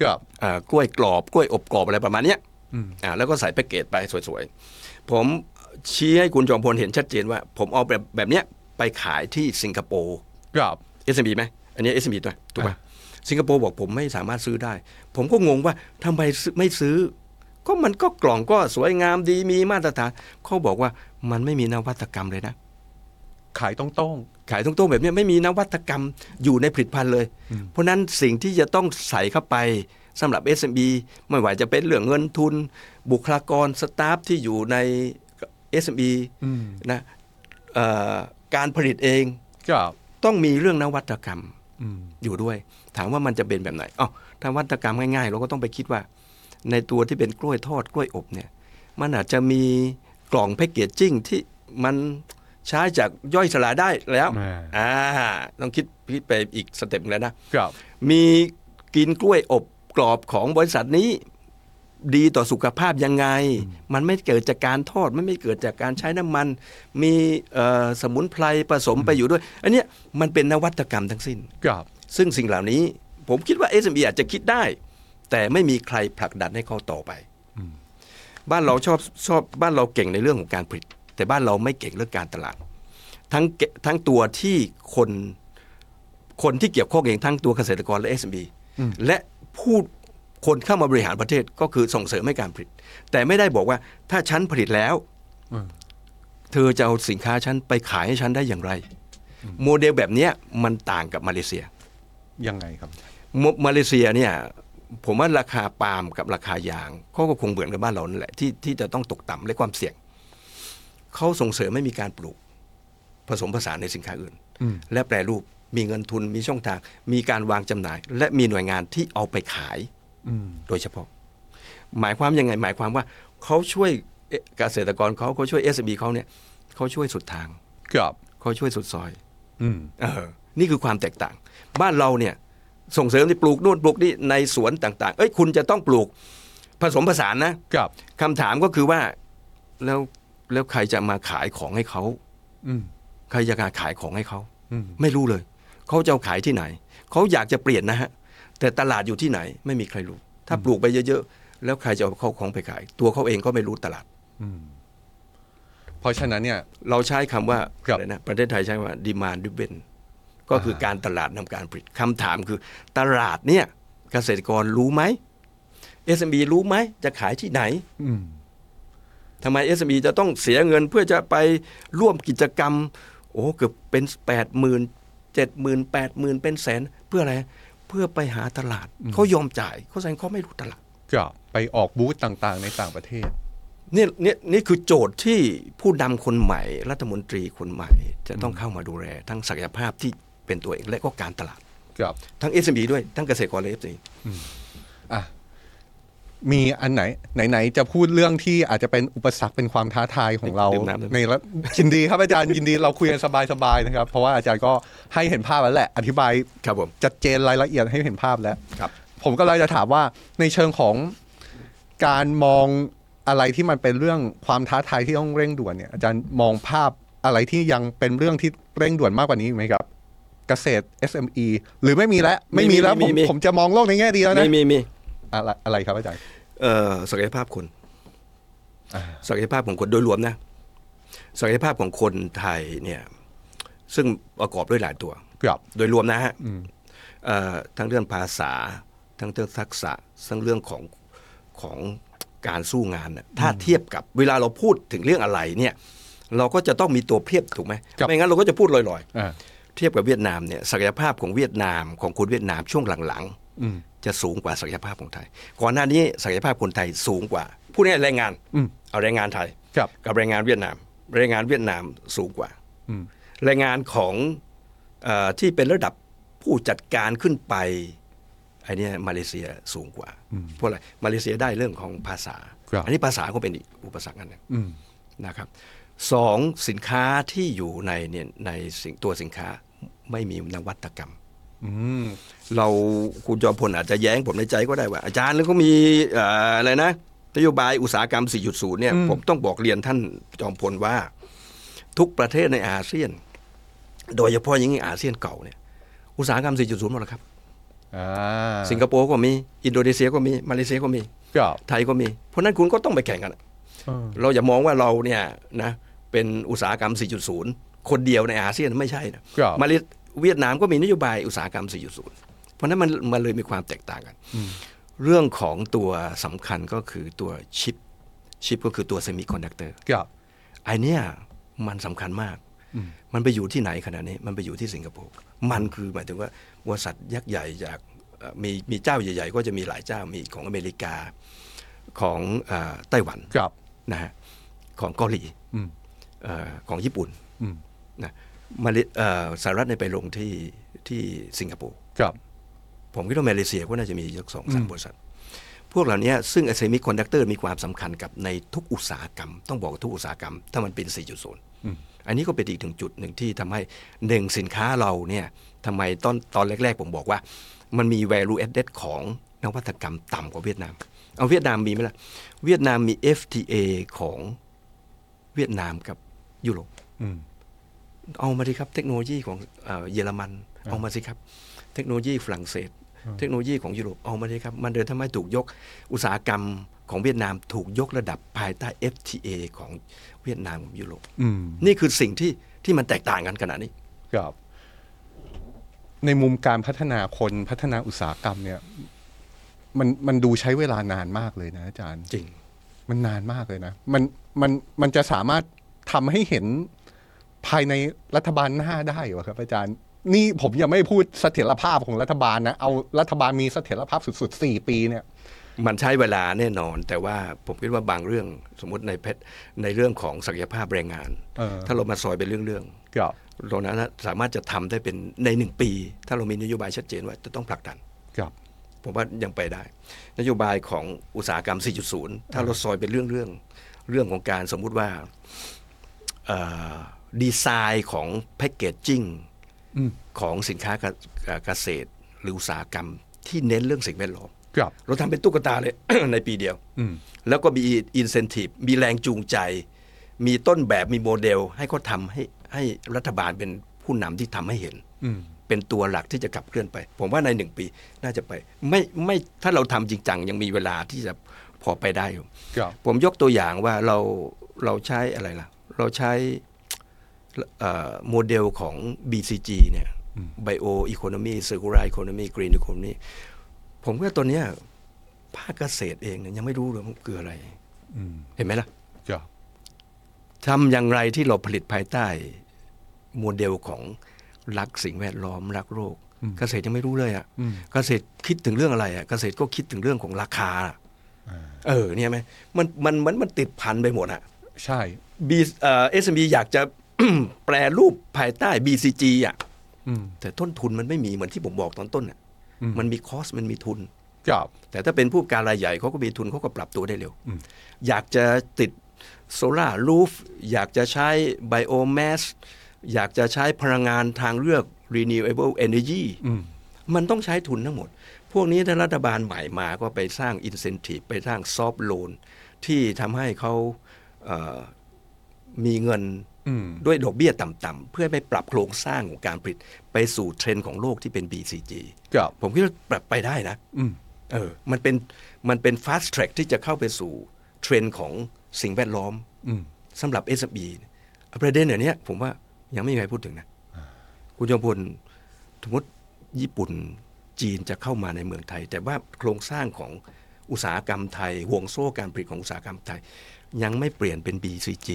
Speaker 1: ครับ
Speaker 2: เอ่อกล้วยกรอบกล้วยอบกรอบอะไรประมาณเนี้ย
Speaker 1: อืม
Speaker 2: อ่าแล้วก็ใส่แพ็กเกจไปสวยๆ ผมชี้ให้คุณจอมพลเห็นชัดเจนว่า ผมเอาแบบแบบเนี้ยไปขายที่สิงคโปร์
Speaker 1: ครับ
Speaker 2: SMB ไหมอันนี้ SMB ตัวถูกป่ะ
Speaker 1: อ่า
Speaker 2: สิงคโปร์บอกผมไม่สามารถซื้อได้ ผมก็งงว่าทำไมซื้อไม่ซื้อ ก็มันก็กล่องก็สวยงามดีมีมาตรฐานเขาบอกว่ามันไม่มีนวัตกรรมเลยนะ
Speaker 1: ขายต้องต้อง
Speaker 2: ขายตรงๆแบบเนี้ยไม่มีนวัตกรรมอยู่ในผลิตภัณฑ์เลย
Speaker 1: อืม
Speaker 2: เพราะฉะนั้นสิ่งที่จะต้องใส่เข้าไปสำหรับ SMB ไม่ว่าจะเป็นเรื่องเงินทุน บุคลากรสตาฟที่อยู่ใน SMB
Speaker 1: อืม
Speaker 2: นะเอ่อการผลิตเอง
Speaker 1: ครับ
Speaker 2: ต้องมีเรื่องนวัตกรรม
Speaker 1: อืม
Speaker 2: อยู่ด้วย ถามว่ามันจะเป็นแบบไหนอ๋อถ้านวัตกรรมง่ายๆ เราก็ต้องไปคิดว่า ในตัวที่เป็นกล้วยทอดกล้วยอบเนี่ยมันอาจจะมีกล่องแพ็กเกจจิ้งที่มันใช้จากย่อยสลายได้แล้ว
Speaker 1: อ่า
Speaker 2: อ่าต้องคิดคิดไปอีกสเต็ปหนึ่งแล้วนะ
Speaker 1: ครับ
Speaker 2: มีกินกล้วยอบกรอบของบริษัทนี้ ดีต่อสุขภาพยังไง มันไม่เกิดจากการทอดมันไม่เกิดจากการใช้น้ำมัน มีเอ่อสมุนไพรผสมไปอยู่ด้วย อันเนี้ยมันเป็นนวัตกรรมทั้งสิ้น
Speaker 1: ครับ
Speaker 2: ซึ่งสิ่งเหล่านี้ผมคิดว่า SME อาจจะคิดได้ แต่ไม่มีใครผลักดันให้เขาต่อไป
Speaker 1: อืม
Speaker 2: บ้านเราชอบชอบบ้านเราเก่งในเรื่องของการผลิต แต่บ้านเราไม่เก่งเรื่องการตลาด ทั้งเกทั้งตัวที่คนคนที่เกี่ยวข้องเองทั้งตัวเกษตรกรและ SME และผู้คนเข้ามาบริหารประเทศก็คือส่งเสริมให้การผลิต แต่ไม่ได้บอกว่าถ้าฉันผลิตแล้ว
Speaker 1: อืม
Speaker 2: เธอจะเอาสินค้าฉันไปขายให้ฉันได้อย่างไร โมเดลแบบเนี้ยมันต่างกับมาเลเซีย
Speaker 1: ยังไงครับ
Speaker 2: มมาเลเซียเนี่ยผมว่าราคาปาล์มกับราคายางเขาก็คงเหมือนกับบ้านเรานั่นแหละที่ที่จะต้องตกต่ำและความเสี่ยงเขาส่งเสริมไม่มีการปลูก ผสมผสานในสินค้าอื่น
Speaker 1: อืม
Speaker 2: และแปรรูปมีเงินทุนมีช่องทาง มีการวางจำหน่าย และมีหน่วยงานที่เอาไปขาย
Speaker 1: อืม
Speaker 2: โดยเฉพาะ หมายความยังไงหมายความว่าเขาช่วยเอ่อเกษตรกรเขาเขาช่วย s อ b เขาเนี่ยเขาช่วยสุดทาง
Speaker 1: ครับ
Speaker 2: เขาช่วยสุดซอย
Speaker 1: อืม
Speaker 2: เออนี่คือความแตกต่าง บ้านเราเนี่ยส่งเสริมที่ปลูกนู่นปลูกนี่ในสวนต่างๆ เอ้ยคุณจะต้องปลูกผสมผสานนะครับ คำถามก็คือว่าแล้วแล้วใครจะมาขายของให้เขา
Speaker 1: อืม
Speaker 2: ใครจะมาขายของให้เขา
Speaker 1: อืม
Speaker 2: ไม่รู้เลย เขาจะเอาขายที่ไหน เขาอยากจะเปลี่ยนนะฮะแต่ตลาดอยู่ที่ไหนไม่มีใครรู้ ถ้าปลูกไปเยอะๆ แล้วใครจะเอาเขาของไปขาย ตัวเขาเองก็ไม่รู้ตลาด
Speaker 1: อืมเพราะฉะนั้นเนี่ย
Speaker 2: เราใช้คำว่า
Speaker 1: ครับ
Speaker 2: อะไรนะประเทศไทยใช้ว่า demand driven ก็คือการตลาดนำการผลิตคำถามคือ ตลาดเนี่ยเกษตรกรรู้ไหม SME รู้ไหมจะขายที่ไหนทำไม SME จะต้องเสียเงินเพื่อจะไปร่วมกิจกรรม โอ้เกือบเป็น 8 0 0 0 0 7 0 0 0 8 0 0 0เป็นแสนเพื่ออะไรเพื่อไปหาตลาด
Speaker 1: อืม
Speaker 2: เขายอมจ่ายเขาแสดงเขาไม่รู้ตลาด
Speaker 1: ก็ไปออกบูธต่างๆ ในต่างประเทศ
Speaker 2: เนี่ยเนี่ยนี่คือโจทย์ที่ผู้นำคนใหม่ รัฐมนตรีคนใหม่ จะต้องเข้ามาดูแล ทั้งศักยภาพที่เป็นตัวเองและก็การตลาด
Speaker 1: ครับ
Speaker 2: ทั้ง SME ด้วยทั้งเกษตรกรและ f อ
Speaker 1: อ่ะมีอันไหน ไหนๆจะพูดเรื่องที่อาจจะเป็นอุปสรรคเป็นความท้าทายของเราในระยินดีครับอาจารย์ยินดีเราคุยกันสบายๆนะครับ เพราะว่าอาจารย์ก็ให้เห็นภาพแล้วแหละ อธิบาย
Speaker 2: ครับผม
Speaker 1: จัดเจนรายละเอียดให้เห็นภาพแล้ว
Speaker 2: ครับ
Speaker 1: ผมก็เลยจะถามว่าในเชิงของการมองอะไรที่มันเป็นเรื่องความท้าทายที่ต้องเร่งด่วนเนี่ยอาจารย์มองภาพอะไรที่ยังเป็นเรื่องที่เร่งด่วนมากกว่านี้อีกไหมครับ เกษตร SME หรือไม่มีแล้วไม่มีแล้ว
Speaker 2: มี
Speaker 1: ผ
Speaker 2: มี
Speaker 1: ม
Speaker 2: มี
Speaker 1: ผมจะมองโลกในแง่ดีแล้วนะ
Speaker 2: มีมีมี
Speaker 1: อะไรอะไรครับอาจารย์
Speaker 2: เอ่อศักยภาพคน
Speaker 1: อ่า
Speaker 2: ศักยภาพของคนโดยรวมนะศักยภาพของคนไทยเนี่ย ซึ่งประกอบด้วยหลายตัว
Speaker 1: ครับ
Speaker 2: โดยรวมนะฮะ
Speaker 1: อืม
Speaker 2: เอ่อทั้งเรื่องภาษา ทั้งเรื่องทักษะ ทั้งเรื่องของของการสู้งานน่ะถ้าเทียบกับเวลาเราพูดถึงเรื่องอะไรเนี่ย เราก็จะต้องมีตัวเทียบถูกไหม
Speaker 1: ครับ
Speaker 2: ไม่งั้นเราก็จะพูดลอย
Speaker 1: อ่า
Speaker 2: ๆ เทียบกับเวียดนามเนี่ยศักยภาพของเวียดนามของคนเวียดนามช่วงหลัง
Speaker 1: อืม
Speaker 2: ๆ จะสูงกว่าศักยภาพของไทย ก่อนหน้านี้ศักยภาพคนไทยสูงกว่าพูดง่ายๆแรงงาน
Speaker 1: อืม
Speaker 2: เอาแรงงานไทย
Speaker 1: ครับ
Speaker 2: กับแรงงานเวียดนามแรงงานเวียดนามสูงกว่า
Speaker 1: อืม
Speaker 2: แรงงานของเออที่เป็นระดับผู้จัดการขึ้นไปไอ้เนี่ยมาเลเซียสูงกว่า เพราะอะไรมาเลเซียได้เรื่องของภาษา
Speaker 1: ครับ
Speaker 2: อันี้ภาษาก็เป็นอีกอุปสรรคอันหนึง
Speaker 1: อืม
Speaker 2: นะครับสองสินค้าที่อยู่ในเนี่ยในสิ่งตัวสินค้าไม่มีนวัตกรรม
Speaker 1: อืม
Speaker 2: เราคุณจอมพลอาจจะแย้งผมในใจก็ได้ว่า อาจารย์แล้วก็มีเอ่ออะไรนะนโยบายอุตสาหกรรม 4.0 เนี่ย ผมต้องบอกเรียนท่านจอมพลว่า ทุกประเทศในอาเซียน โดยเฉพาะอย่างยิ่งอาเซียนเก่าเนี่ย อุตสาหกรรม 4.0 หมดแล้วครับ
Speaker 1: อ่า
Speaker 2: สิงคโปร์ก็มี อินโดนีเซียก็มี มาเลเซียก็มี
Speaker 1: ครับ
Speaker 2: ไทยก็มี เพราะฉะนั้นคุณก็ต้องไปแข่งกัน
Speaker 1: เออ
Speaker 2: เราอย่ามองว่าเราเนี่ยนะเป็นอุตสาหกรรม 4.0 คนเดียวในอาเซียนไม่ใช่นะ
Speaker 1: ครับ
Speaker 2: มาเลเวียดนามก็มีนโยบายอุตสาหกรรม 4.0 เพราะฉะนั้นมันมันเลยมีความแตกต่างกัน เรื่องของตัวสำคัญก็คือตัวชิป ชิปก็คือตัวเซมิคอนดักเตอร์
Speaker 1: ครับ
Speaker 2: ไอเนี้ยมันสำคัญมาก มันไปอยู่ที่ไหนขนาดนี้ มันไปอยู่ที่สิงคโปร์ มันคือหมายถึงว่าบริษัทยักษ์ใหญ่จากเอ่อมีมีเจ้าใหญ่ ๆ ก็จะมีหลายเจ้ามีของอเมริกาของเอ่อไต้หวัน
Speaker 1: ครับ
Speaker 2: นะฮะของเกาหลี
Speaker 1: อืม
Speaker 2: เอ่อของญี่ปุ่น
Speaker 1: อืม
Speaker 2: นะมาเลเอ่อสหรัฐเนี่ยไปลงที่ที่สิงคโปร์
Speaker 1: ครับ
Speaker 2: ผมคิดว่ามาเลเซียก็น่าจะมีสักสองสาม
Speaker 1: อืม
Speaker 2: บริษัท พวกเหล่านี้ซึ่งเซมิคอนดักเตอร์มีความสำคัญกับในทุกอุตสาหกรรม ต้องบอกว่าทุกอุตสาหกรรม ถ้ามันเป็น 4.0 อันนี้ก็เป็นอีกถึงจุดหนึ่งที่ทำให้หนึ่งสินค้าเราเนี่ยทำไมตอนตอนแรก ๆ ผมบอกว่า มันมี value added ของนวัตกรรมต่ำกว่าเวียดนาม เอาเวียดนามมีไหมล่ะเวียดนามมี FTA ของเวียดนามกับยุโรป
Speaker 1: อืม
Speaker 2: เอามาสิครับเทคโนโลยีของเอ่อเยอรมันเอามาสิครับ เทคโนโลยีฝรั่งเศส เทคโนโลยีของยุโรปเอามาสิครับ มันเดินทำให้ถูกยกอุตสาหกรรมของเวียดนามถูกยกระดับภายใต้ FTA ของเวียดนามกับยุโรป
Speaker 1: อืม
Speaker 2: นี่คือสิ่งที่ที่มันแตกต่างกันขนาดนี้
Speaker 1: ครับ ในมุมการพัฒนาคนพัฒนาอุตสาหกรรมเนี่ย มันมันดูใช้เวลานานมากเลยนะอาจารย์
Speaker 2: จริง
Speaker 1: มันนานมากเลยนะ มันมันมันจะสามารถทำให้เห็นภายในรัฐบาลหน้าได้เหรอครับ อาจารย์ นี่ผมยังไม่พูดเสถียรภาพของรัฐบาลนะ เอารัฐบาลมีเสถียรภาพสุดๆสี่ปีเนี่ย
Speaker 2: มันใช้เวลาแน่นอน แต่ว่าผมคิดว่าบางเรื่องสมมติในเพชรในเรื่องของศักยภาพแรงงาน
Speaker 1: เออ
Speaker 2: ถ้าเรามาซอยเป็นเรื่องๆ
Speaker 1: ครับ
Speaker 2: เรานั้นสามารถจะทำได้เป็นในหนึ่งปี ถ้าเรามีนโยบายชัดเจนว่าจะต้องผลักดัน
Speaker 1: ครับ
Speaker 2: ผมว่ายังไปได้ นโยบายของอุตสาหกรรม 4.0 ถ้าเราซอยเป็นเรื่องเรื่องเรื่องของการสมมุติว่าดีไซน์ของแพคเกจจิ้ง
Speaker 1: อืม
Speaker 2: ของสินค้าเกษเอ่อเกษตรหรืออุตสาหกรรมที่เน้นเรื่องสิ่งแวดล้อม
Speaker 1: ครับ
Speaker 2: เราทำเป็นตุ๊กตาเลย ในปีเดียว
Speaker 1: อืม
Speaker 2: แล้วก็มีอินเซนティブมีแรงจูงใจ มีต้นแบบมีโมเดล ให้เขาทำให้ให้รัฐบาลเป็นผู้นำที่ทำให้เห็น
Speaker 1: อืม
Speaker 2: เป็นตัวหลักที่จะขับเคลื่อนไป ผมว่าในหนึ่งปีน่าจะไป ไม่ไม่ถ้าเราทำจริงจังยังมีเวลาที่จะพอไปได้อยู่
Speaker 1: ครับ
Speaker 2: ผมยกตัวอย่างว่าเราเราใช้อะไรล่ะ เราใช้เอ่อโมเดลของ BCG เนี่ย Bio Economy Circular Economy Green Economy ผมว่าตัวเนี้ยภาคเกษตรเองเนี่ยยังไม่รู้เลยมันคืออะไร
Speaker 1: อืม
Speaker 2: เห็นไหมล่ะ
Speaker 1: ครับ
Speaker 2: ทำอย่างไรที่เราผลิตภายใต้โมเดลของรักสิ่งแวดล้อมรักโลก
Speaker 1: อืม
Speaker 2: เกษตรยังไม่รู้เลยอะ่ะ
Speaker 1: อืม
Speaker 2: เกษตรคิดถึงเรื่องอะไรอะ่ะเกษตรก็คิดถึงเรื่องของราคาอะเออเนี่ยไหมมันมันมันมันติดพันไปหมดอะ่ะ
Speaker 1: ใช่
Speaker 2: บีเอสเอ็มบีอยากจะ แปรรูปภายใต้ BCG อะ่ะ
Speaker 1: อืม
Speaker 2: แต่ต้นทุนมันไม่มีเหมือนที่ผมบอกตอนต้นน่ะ
Speaker 1: อืม
Speaker 2: มันมีคอสมันมีทุน
Speaker 1: ครับ
Speaker 2: แต่ถ้าเป็นผู้ประกอบการรายใหญ่เขาก็มีทุนเขาก็ปรับตัวได้เร็ว
Speaker 1: อืม
Speaker 2: อยากจะติดโซลารูฟอยากจะใช้ไบโอแมสอยากจะใช้พลังงานทางเลือก renewable energy
Speaker 1: อืม
Speaker 2: มันต้องใช้ทุนทั้งหมด พวกนี้ถ้ารัฐบาลใหม่มาก็ไปสร้าง incentive ไปสร้าง soft loan ที่ทำให้เขาเอ่อมีเงิน
Speaker 1: อืม
Speaker 2: ด้วยดอกเบี้ยต่ำๆเพื่อไปปรับโครงสร้างของการผลิตไปสู่เทรนด์ของโลกที่เป็น BCG
Speaker 1: ครับ
Speaker 2: ผมคิดว่าปรับไปได้นะ
Speaker 1: อืม
Speaker 2: เออ มันเป็น มันเป็น fast track ที่จะเข้าไปสู่เทรนด์ของสิ่งแวดล้อม
Speaker 1: อืม
Speaker 2: สำหรับ s อ b ประเด็นอย่างเนี้ยผมว่ายังไม่มีใครพูดถึงนะ คุณจอมพลสมมติญี่ปุ่นจีนจะเข้ามาในเมืองไทย แต่ว่าโครงสร้างของอุตสาหกรรมไทยห่วงโซ่การผลิตของอุตสาหกรรมไทย ยังไม่เปลี่ยนเป็น BCG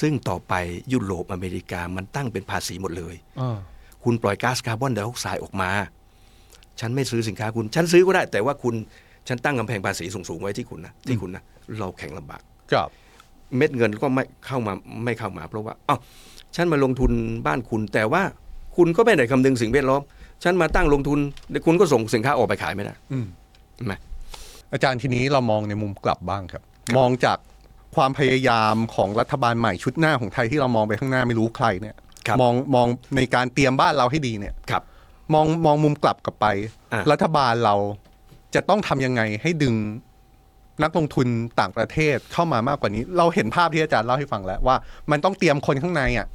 Speaker 2: ซึ่งต่อไปยุโรปอเมริกามันตั้งเป็นภาษีหมดเลย
Speaker 1: อ่า
Speaker 2: คุณปล่อยก๊าซคาร์บอนไดออกไซด์ออกมา ฉันไม่ซื้อสินค้าคุณ ฉันซื้อก็ได้ แต่ว่าคุณฉันตั้งกำแพงภาษีสูงๆไว้ที่คุณนะที่คุณนะเราแข่งลำบาก
Speaker 1: ครับ
Speaker 2: เม็ดเงินก็ไม่เข้ามาไม่เข้ามาเพราะว่าอ้าวฉันมาลงทุนบ้านคุณ แต่ว่าคุณก็ไม่ได้คำนึงสิ่งแวดล้อม ฉันมาตั้งลงทุนแต่คุณก็ส่งสินค้าออกไปขายไม่ได้
Speaker 1: อืม
Speaker 2: เห็นไหม
Speaker 1: อาจารย์ทีนี้เรามองในมุมกลับบ้างครับ มองจากความพยายามของรัฐบาลใหม่ชุดหน้าของไทยที่เรามองไปข้างหน้าไม่รู้ใครเนี่ย
Speaker 2: ครับ
Speaker 1: มองมองในการเตรียมบ้านเราให้ดีเนี่ย
Speaker 2: ครับ
Speaker 1: มองมองมุมกลับกลับไป
Speaker 2: อ่ะ
Speaker 1: รัฐบาลเราจะต้องทำยังไงให้ดึงนักลงทุนต่างประเทศเข้ามามากกว่านี้ เราเห็นภาพที่อาจารย์เล่าให้ฟังแล้วว่า มันต้องเตรียมคนข้างในอ่ะ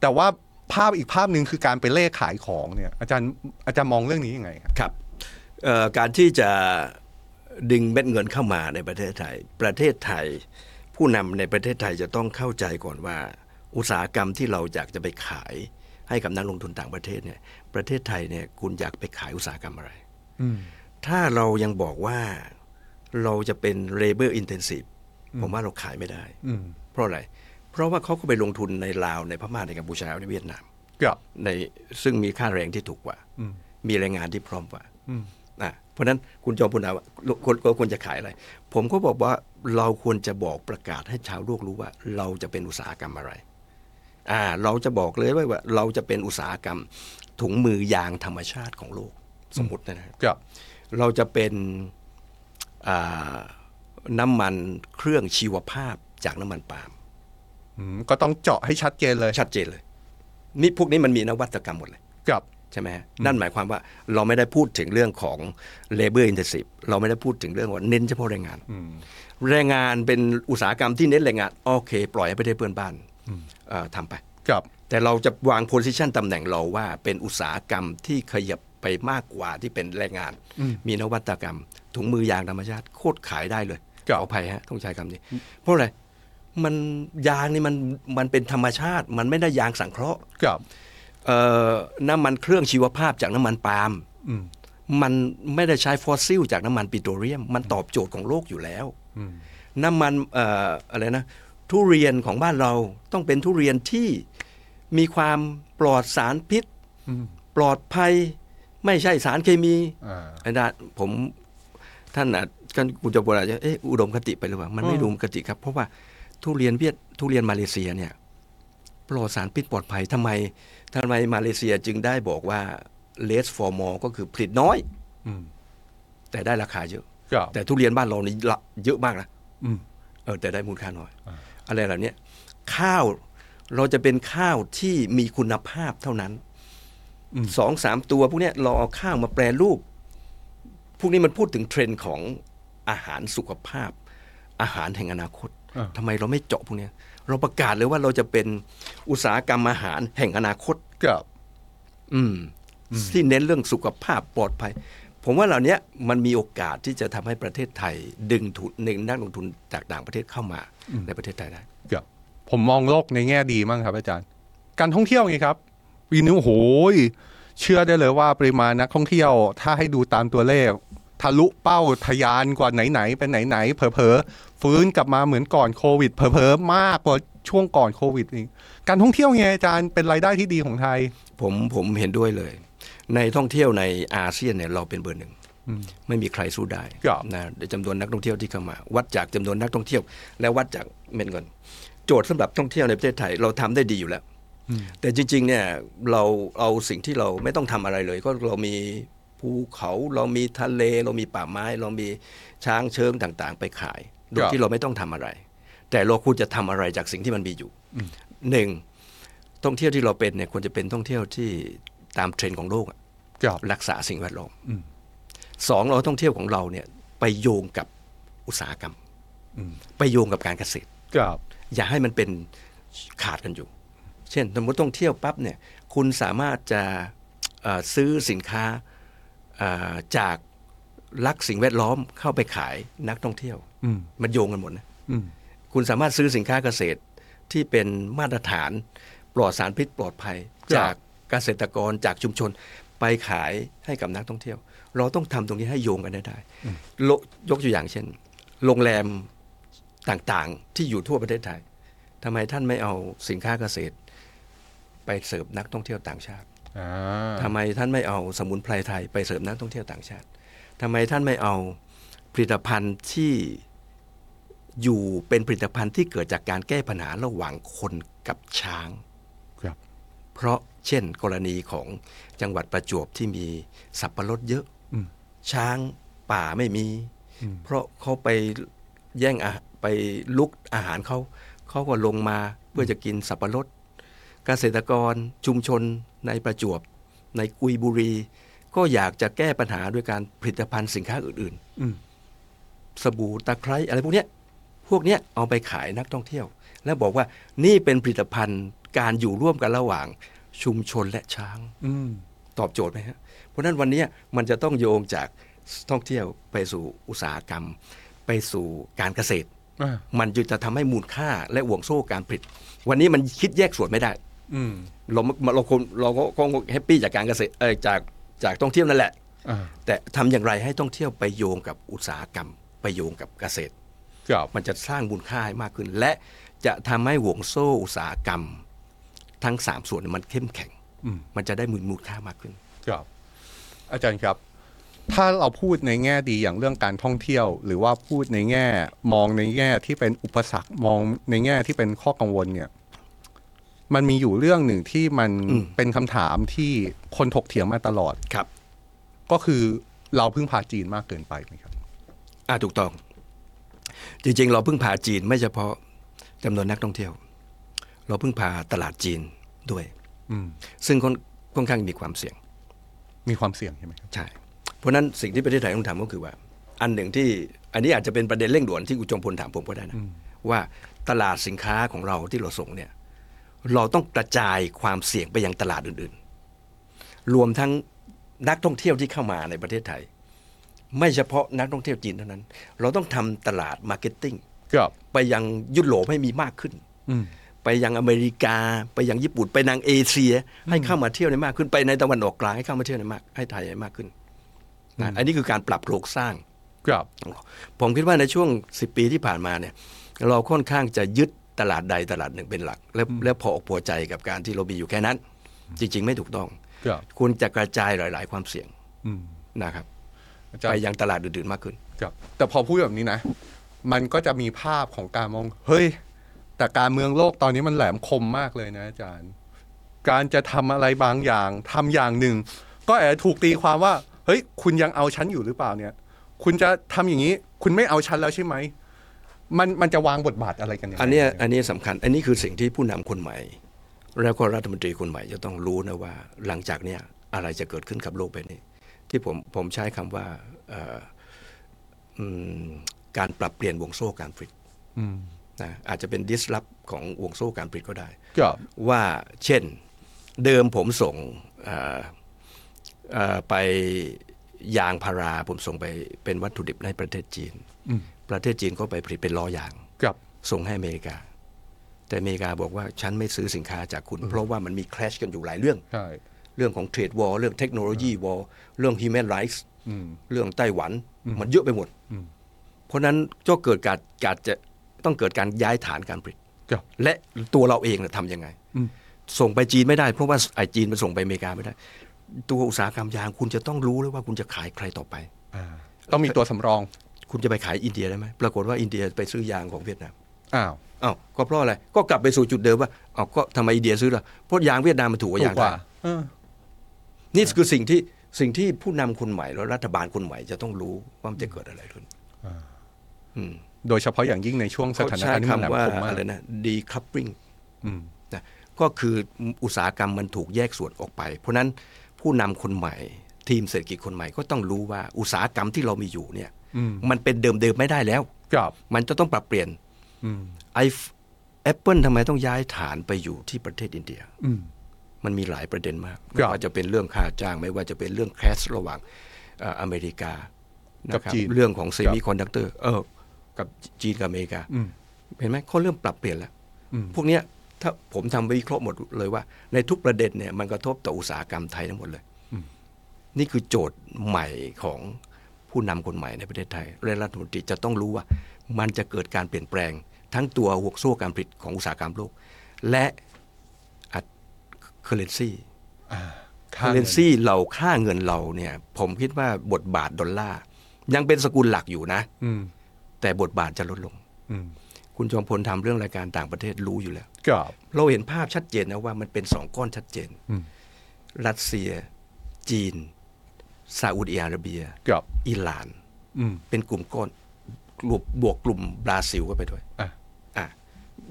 Speaker 1: แต่ว่าภาพอีกภาพหนึ่งคือการไปเล่ขายของเนี่ย อาจารย์อาจารย์มองเรื่องนี้ยังไงครับ
Speaker 2: ครับเอ่อการที่จะดึงเม็ดเงินเข้ามาในประเทศไทย ประเทศไทย ผู้นำในประเทศไทยจะต้องเข้าใจก่อนว่า อุตสาหกรรมที่เราอยากจะไปขายให้กับนักลงทุนต่างประเทศเนี่ยประเทศไทยเนี่ยคุณอยากไปขายอุตสาหกรรมอะไร
Speaker 1: อืม
Speaker 2: ถ้าเรายังบอกว่าเราจะเป็น labor intensive ผมว่าเราขายไม่ได้
Speaker 1: อืม
Speaker 2: เพราะอะไร เพราะว่าเขาก็ไปลงทุนในลาวในพม่าในกัมพูชาในเวียดนาม
Speaker 1: ครับ
Speaker 2: ในซึ่งมีค่าแรงที่ถูกกว่า
Speaker 1: อืม
Speaker 2: มีแรงงานที่พร้อมกว่า
Speaker 1: อืม
Speaker 2: อ่ะเพราะฉะนั้นคุณจอมพลถามว่าคนคนควรจะขายอะไร ผมก็บอกว่าเราควรจะบอกประกาศให้ชาวโลกรู้ว่า เราจะเป็นอุตสาหกรรมอะไรอ่าเราจะบอกเลยว่าว่าเราจะเป็นอุตสาหกรรม ถุงมือยางธรรมชาติของโลกสมมตินะฮะ
Speaker 1: ครับ
Speaker 2: เราจะเป็นอ่าน้ำมันเครื่องชีวภาพจากน้ำมันปาล์ม
Speaker 1: อืมก็ต้องเจาะให้ชัดเจนเลย
Speaker 2: ชัดเจนเลย นี่พวกนี้มันมีนวัตกรรมหมดเลย
Speaker 1: ครับ
Speaker 2: ใช่ไหมฮะนั่นหมายความว่าเราไม่ได้พูดถึงเรื่องของ labor intensive เราไม่ได้พูดถึงเรื่องว่าเน้นเฉพาะแรงงาน
Speaker 1: อืม
Speaker 2: แรงงานเป็นอุตสาหกรรมที่เน้นแรงงาน โอเค ปล่อยให้ประเทศเพื่อนบ้านเอ่อทำไป
Speaker 1: ครับ
Speaker 2: แต่เราจะวาง position ตำแหน่งเราว่าเป็นอุตสาหกรรมที่ขยับไปมากกว่าที่เป็นแรงงาน มีนวัตกรรม ถุงมือยางธรรมชาติโคตรขายได้เลยขออภัยฮะต้องใช้คำนี้ เพราะอะไรมันยางนี่มันมันเป็นธรรมชาติ มันไม่ได้ยางสังเคราะห์
Speaker 1: ครับ
Speaker 2: เอ่อน้ำมันเครื่องชีวภาพจากน้ำมันปาล์ม
Speaker 1: อืม
Speaker 2: มันไม่ได้ใช้ฟอสซิลจากน้ำมันปิโตรเลียม มันตอบโจทย์ของโลกอยู่แล้ว
Speaker 1: อืม
Speaker 2: น้ำมันเอ่ออะไรนะทุเรียนของบ้านเราต้องเป็นทุเรียนที่มีความปลอดสารพิษ
Speaker 1: อืม
Speaker 2: ปลอดภัย ไม่ใช่สารเคมี
Speaker 1: อ่า
Speaker 2: อันนั้นผมท่านอาจท่านคุณจะบอกอาจจะเอ๊ะอุดมคติไปหรือเปล่ามันไม่
Speaker 1: อืม
Speaker 2: อุดมคติครับ เพราะว่าทุเรียนเวียดทุเรียนมาเลเซียเนี่ย ปลอดสารพิษปลอดภัยทำไมทำไมมาเลเซียจึงได้บอกว่าเลสฟอร์มอก็คือผลิตน้อย
Speaker 1: อืม
Speaker 2: แต่ได้ราคาเยอะ
Speaker 1: ครับ
Speaker 2: แต่ทุเรียนบ้านเรานี่ละเยอะมากนะ
Speaker 1: อืม
Speaker 2: เออแต่ได้มูลค่าน้อย
Speaker 1: อ่า
Speaker 2: อะไรเหล่าเนี้ยข้าวเราจะเป็นข้าวที่มีคุณภาพเท่านั้นสองสามตัวพวกเนี้ยเราเอาข้าวมาแปรรูป พวกนี้มันพูดถึงเทรนด์ของอาหารสุขภาพ อาหารแห่งอนาคต
Speaker 1: อ่า
Speaker 2: ทำไมเราไม่เจาะพวกเนี้ย เราประกาศเลยว่าเราจะเป็นอุตสาหกรรมอาหารแห่งอนาคต
Speaker 1: ครับ
Speaker 2: อืมที่เน้นเรื่องสุขภาพปลอดภัย ผมว่าเหล่านี้มันมีโอกาสที่จะทำให้ประเทศไทย ดึงทุนหนึ่งนักลงทุนจากต่างประเทศเข้ามาในประเทศไทยได้
Speaker 1: ครับผมมองโลกในแง่ดีมั้งครับอาจารย์ การท่องเที่ยวไงครับปีนี้โอ้โหยเชื่อได้เลยว่าปริมาณนักท่องเที่ยว ถ้าให้ดูตามตัวเลข ทะลุเป้าทะยานกว่าไหนๆเป็นไหนๆเผลอๆฟื้นกลับมาเหมือนก่อนโควิดเผลอๆมากกว่าช่วงก่อนโควิดอีกการท่องเที่ยวไงอาจารย์เป็นรายได้ที่ดีของไทย
Speaker 2: ผมผมเห็นด้วยเลย ในท่องเที่ยวในอาเซียนเนี่ยเราเป็นเบอร์หนึ่ง
Speaker 1: อืม
Speaker 2: ไม่มีใครสู้ได้
Speaker 1: ครับ
Speaker 2: นะจำนวนนักท่องเที่ยวที่เข้ามา วัดจากจำนวนนักท่องเที่ยว และวัดจากเม็ดเงิน โจทย์สำหรับท่องเที่ยวในประเทศไทยเราทำได้ดีอยู่แล้ว แต่จริง ๆ เนี่ยเราเอาสิ่งที่เราไม่ต้องทำอะไรเลย ก็เรามีภูเขาเรามีทะเล เรามีป่าไม้ เรามีช้างเชิงต่างๆ ไปขาย โดย
Speaker 1: ครับ
Speaker 2: ที่เราไม่ต้องทำอะไร แต่เราควรจะทำอะไรจากสิ่งที่มันมีอยู่หนึ่งท่องเที่ยวที่เราเป็นเนี่ยควรจะเป็นท่องเที่ยวที่ตามเทรนด์ของโลกอะ
Speaker 1: ครับ
Speaker 2: รักษาสิ่งแวดล้อม
Speaker 1: อืม
Speaker 2: สองเราท่องเที่ยวของเราเนี่ยไปโยงกับอุตสาหกรรม
Speaker 1: อืม
Speaker 2: ไปโยงกับการเกษตร
Speaker 1: ครับ
Speaker 2: อย่าให้มันเป็นขาดกันอยู่ เช่นสมมติท่องเที่ยวปั๊บเนี่ย คุณสามารถจะเอ่อซื้อสินค้าเอ่อจากรักสิ่งแวดล้อมเข้าไปขายนักท่องเที่ยว
Speaker 1: อืม
Speaker 2: มันโยงกันหมดนะ
Speaker 1: อืม
Speaker 2: คุณสามารถซื้อสินค้าเกษตรที่เป็นมาตรฐานปลอดสารพิษปลอดภัย จากเกษตรกรจากชุมชนไปขายให้กับนักท่องเที่ยว เราต้องทำตรงนี้ให้โยงกันให้ได้โลยกตัวอย่างเช่น โรงแรมต่างๆที่อยู่ทั่วประเทศไทยทำไมท่านไม่เอาสินค้าเกษตร ไปเสิร์ฟนักท่องเที่ยวต่างชาติ
Speaker 1: อ่า
Speaker 2: ทำไมท่านไม่เอาสมุนไพรไทยไปเสิร์ฟนักท่องเที่ยวต่างชาติทำไมท่านไม่เอาผลิตภัณฑ์ที่ อยู่เป็นผลิตภัณฑ์ที่เกิดจากการแก้ปัญหาระหว่างคนกับช้าง
Speaker 1: ครับ
Speaker 2: เพราะเช่นกรณีของจังหวัดประจวบที่มีสับปะรดเยอะ
Speaker 1: อืม
Speaker 2: ช้างป่าไม่มี
Speaker 1: อืม
Speaker 2: เพราะเขาไปแย่งอาไปลุกอาหารเขา เขาก็ลงมาเพื่อจะกินสับปะรด เกษตรกรชุมชนในประจวบ ในกุยบุรี ก็อยากจะแก้ปัญหาด้วยการผลิตภัณฑ์สินค้าอื่น ๆ
Speaker 1: อืม
Speaker 2: สบู่ตะไคร้อะไรพวกเนี้ย พวกเนี้ยเอาไปขายนักท่องเที่ยว แล้วบอกว่านี่เป็นผลิตภัณฑ์การอยู่ร่วมกันระหว่างชุมชนและช้าง
Speaker 1: อืม
Speaker 2: ตอบโจทย์ไหมฮะ เพราะฉะนั้นวันเนี้ยมันจะต้องโยงจากท่องเที่ยวไปสู่อุตสาหกรรม ไปสู่การเกษตร
Speaker 1: อ่า
Speaker 2: มันจึงจะทำให้มูลค่าและห่วงโซ่การผลิต วันนี้มันคิดแยกส่วนไม่ได้
Speaker 1: อืม
Speaker 2: เราเราคงเราก็คงแฮปปี้จากการเกษตรเอ่อจากจากท่องเที่ยวนั่นแหละ
Speaker 1: อ่า
Speaker 2: แต่ทำอย่างไรให้ท่องเที่ยวไปโยงกับอุตสาหกรรม ไปโยงกับเกษตร
Speaker 1: ครับ
Speaker 2: มันจะสร้างมูลค่าให้มากขึ้น และจะทำให้ห่วงโซ่อุตสาหกรรม ทั้ง 3 ส่วนมันเข้มแข็ง
Speaker 1: อืม
Speaker 2: มันจะได้มูลมูลค่ามากขึ้น
Speaker 1: ครับอาจารย์ครับ ถ้าเราพูดในแง่ดีอย่างเรื่องการท่องเที่ยว หรือว่าพูดในแง่มองในแง่ที่เป็นอุปสรรคมองในแง่ที่เป็นข้อกังวลเนี่ย มันมีอยู่เรื่องหนึ่งที่มัน
Speaker 2: อืม
Speaker 1: เป็นคำถามที่คนถกเถียงมาตลอด
Speaker 2: ครับ
Speaker 1: ก็คือเราพึ่งพาจีนมากเกินไปไหมครับ
Speaker 2: อ่าถูกต้อง จริงๆ เราเพิ่งพาจีนไม่เฉพาะจำนวนนักท่องเที่ยว เราเพิ่งพาตลาดจีนด้วย
Speaker 1: อืม
Speaker 2: ซึ่งค่อนค่อนข้างมีความเสี่ยง
Speaker 1: มีความเสี่ยงใช่ไหมครับ
Speaker 2: ใช่ เพราะฉะนั้นสิ่งที่ประเทศไทยต้องทำก็คือว่า อันหนึ่งที่อันนี้อาจจะเป็นประเด็นเร่งด่วนที่คุณจอมพลถามผมก็ได้นะ ว่าตลาดสินค้าของเราที่เราส่งเนี่ย เราต้องกระจายความเสี่ยงไปยังตลาดอื่นๆ รวมทั้งนักท่องเที่ยวที่เข้ามาในประเทศไทย ไม่เฉพาะนักท่องเที่ยวจีนเท่านั้น เราต้องทำตลาดมาร์เก็ตติ้ง
Speaker 1: ครับ
Speaker 2: ไปยังยุโรปให้มีมากขึ้น
Speaker 1: อืม
Speaker 2: ไปยังอเมริกา ไปยังญี่ปุ่น ไปนางเอเชีย ให้เข้ามาเที่ยวได้มากขึ้นไปในตะวันออกกลางให้เข้ามาเที่ยวได้มากให้ไทยได้มากขึ้นนะอันนี้คือการปรับโครงสร้าง
Speaker 1: ครับ
Speaker 2: ผมคิดว่าในช่วง 10 ปีที่ผ่านมาเนี่ย เราค่อนข้างจะยึดตลาดใดตลาดหนึ่งเป็นหลัก แล้วแล้วพออกพอใจกับการที่เรามีอยู่แค่นั้น จริง ๆ ไม่ถูกต้อง
Speaker 1: ครับ
Speaker 2: คุณจะกระจายหลาย ๆ ความเสี่ยง
Speaker 1: อืม
Speaker 2: นะครับ
Speaker 1: อาจาร
Speaker 2: ไป
Speaker 1: ย์
Speaker 2: ยังตลาดอื่นๆมากขึ้น
Speaker 1: ครับแต่พอพูดแบบนี้นะ มันก็จะมีภาพของการมอง เฮ้ย แต่การเมืองโลกตอนนี้มันแหลมคมมากเลยนะอาจารย์ การจะทำอะไรบางอย่างทำอย่างหนึ่ง ก็แอบถูกตีความว่า เฮ้ย คุณยังเอาฉันอยู่หรือเปล่าเนี่ย คุณจะทำอย่างนี้ คุณไม่เอาฉันแล้วใช่ไหม มันมันจะวางบทบาทอะไรกันยังไง
Speaker 2: อันเนี้ยอันเนี้ยสำคัญ อันนี้คือสิ่งที่ผู้นำคนใหม่ แล้วก็รัฐมนตรีคนใหม่จะต้องรู้นะว่า หลังจากเนี้ยอะไรจะเกิดขึ้นกับโลกใบนี้ ที่ผมผมใช้คำว่าเอ่ออืมการปรับเปลี่ยนวงโซ่การผลิต
Speaker 1: อืม
Speaker 2: นะอาจจะเป็น disrupt ของวงโซ่การผลิตก็ได้
Speaker 1: ครับ
Speaker 2: ว่าเช่นเดิมผมส่งเอ่อเอ่อไปยางพารา ผมส่งไปเป็นวัตถุดิบในประเทศจีน
Speaker 1: อืม
Speaker 2: ประเทศจีนก็ไปผลิตเป็นล้อยาง
Speaker 1: ครับ
Speaker 2: ส่งให้อเมริกา แต่อเมริกาบอกว่าฉันไม่ซื้อสินค้าจากคุณ เพราะว่ามันมีแคลชกันอยู่หลายเรื่อง
Speaker 1: ใช่
Speaker 2: เรื่องของเทรดวอลเรื่องเทคโนโลยีวอลเรื่องฮิวแมนไรส์
Speaker 1: อืม
Speaker 2: เรื่องไต้หวัน มันเยอะไปหมด
Speaker 1: อืม
Speaker 2: เพราะฉะนั้นก็เกิดการการจะต้องเกิดการย้ายฐานการผลิต
Speaker 1: ครับ
Speaker 2: และตัวเราเองเนี่ยทำยังไง
Speaker 1: อืม
Speaker 2: ส่งไปจีนไม่ได้ เพราะว่าไอ้จีนมันส่งไปอเมริกาไม่ได้ ตัวอุตสาหกรรมยางคุณจะต้องรู้เลยว่าคุณจะขายใครต่อไป
Speaker 1: อ่าต้องมีตัวสำรอง
Speaker 2: คุณจะไปขายอินเดียได้ไหมปรากฏว่าอินเดียไปซื้อยางของเวียดนาม
Speaker 1: อ้าว
Speaker 2: อ้าวก็เพราะอะไรก็กลับไปสู่จุดเดิมว่าอ้าวก็ทำไมอินเดียซื้อล่ะเพราะยางเวียดนามมันถูกกว่า
Speaker 1: ถู
Speaker 2: ยาก
Speaker 1: ก
Speaker 2: งไท
Speaker 1: ว่าย เออ
Speaker 2: นี่คือสิ่งที่สิ่งที่ผู้นำคนใหม่และรัฐบาลคนใหม่จะต้องรู้ว่ามันจะเกิดอะไรขึ้นอืม
Speaker 1: โดยเฉพาะอย่างยิ่งในช่วงส
Speaker 2: เขา
Speaker 1: ถาน
Speaker 2: ใช้
Speaker 1: การณ์ที่มันแหล
Speaker 2: คำ
Speaker 1: ม
Speaker 2: ว่า
Speaker 1: คมมาก
Speaker 2: อะไรนะ decoupling
Speaker 1: อืม
Speaker 2: นะก็คืออุตสาหกรรมมันถูกแยกส่วนออกไป เพราะฉะนั้นผู้นำคนใหม่ ทีมเศรษฐกิจคนใหม่ก็ต้องรู้ว่าอุตสาหกรรมที่เรามีอยู่เนี่ย
Speaker 1: อืม
Speaker 2: มันเป็นเดิมๆไม่ได้แล้ว
Speaker 1: ครับ
Speaker 2: มันจะต้องปรับเปลี่ยน
Speaker 1: อืม
Speaker 2: ไอแอปเปิลทำไมต้องย้ายฐานไปอยู่ที่ประเทศอินเดีย
Speaker 1: อืม
Speaker 2: มันมีหลายประเด็นมาก
Speaker 1: ครั
Speaker 2: ไม่
Speaker 1: บ
Speaker 2: ว่าจะเป็นเรื่องค่าจ้าง ไม่ว่าจะเป็นเรื่องแคสระหว่างเอ่ออเมริกานะ
Speaker 1: กับ
Speaker 2: ครับ
Speaker 1: จีน
Speaker 2: เรื่องของเซมิคอนดักเตอร์เออกับจีนกับอเมริกา
Speaker 1: อืม
Speaker 2: เห็นไหมเขาเริ่มปรับเปลี่ยนแล้ว
Speaker 1: อืม
Speaker 2: พวกเนี้ยถ้าผมทำวิเคราะห์หมดเลยว่า ในทุกประเด็นเนี่ยมันกระทบต่ออุตสาหกรรมไทยทั้งหมดเลย นี่คือโจทย์ใหม่ของผู้นำคนใหม่ในประเทศไทยและรัฐมนตรีจะต้องรู้ว่า มันจะเกิดการเปลี่ยนแปลง ทั้งตัวห่วงโซ่การผลิตของอุตสาหกรรมโลก และอัดเคอร์เรนซี
Speaker 1: อ่า
Speaker 2: เคอร์เรนซีเราค่าเงินเราเนี่ยผมคิดว่าบทบาทดอลลาร์ยังเป็นสกุลหลักอยู่นะ
Speaker 1: อืม
Speaker 2: แต่บทบาทจะลดลง
Speaker 1: อืม
Speaker 2: คุณจอมพลทำเรื่องรายการต่างประเทศรู้อยู่แล้ว
Speaker 1: ครับ
Speaker 2: เราเห็นภาพชัดเจนนะว่ามันเป็นสองก้อนชัดเจน
Speaker 1: อืม
Speaker 2: รัสเซีย จีนซาอุดิอาระเบีย
Speaker 1: ครับ
Speaker 2: อิหร่าน
Speaker 1: อืม
Speaker 2: เป็นกลุ่มก้อนกลุ่มบวกกลุ่มบราซิลก็ไปด้วย
Speaker 1: อ่ะ
Speaker 2: อ่ะ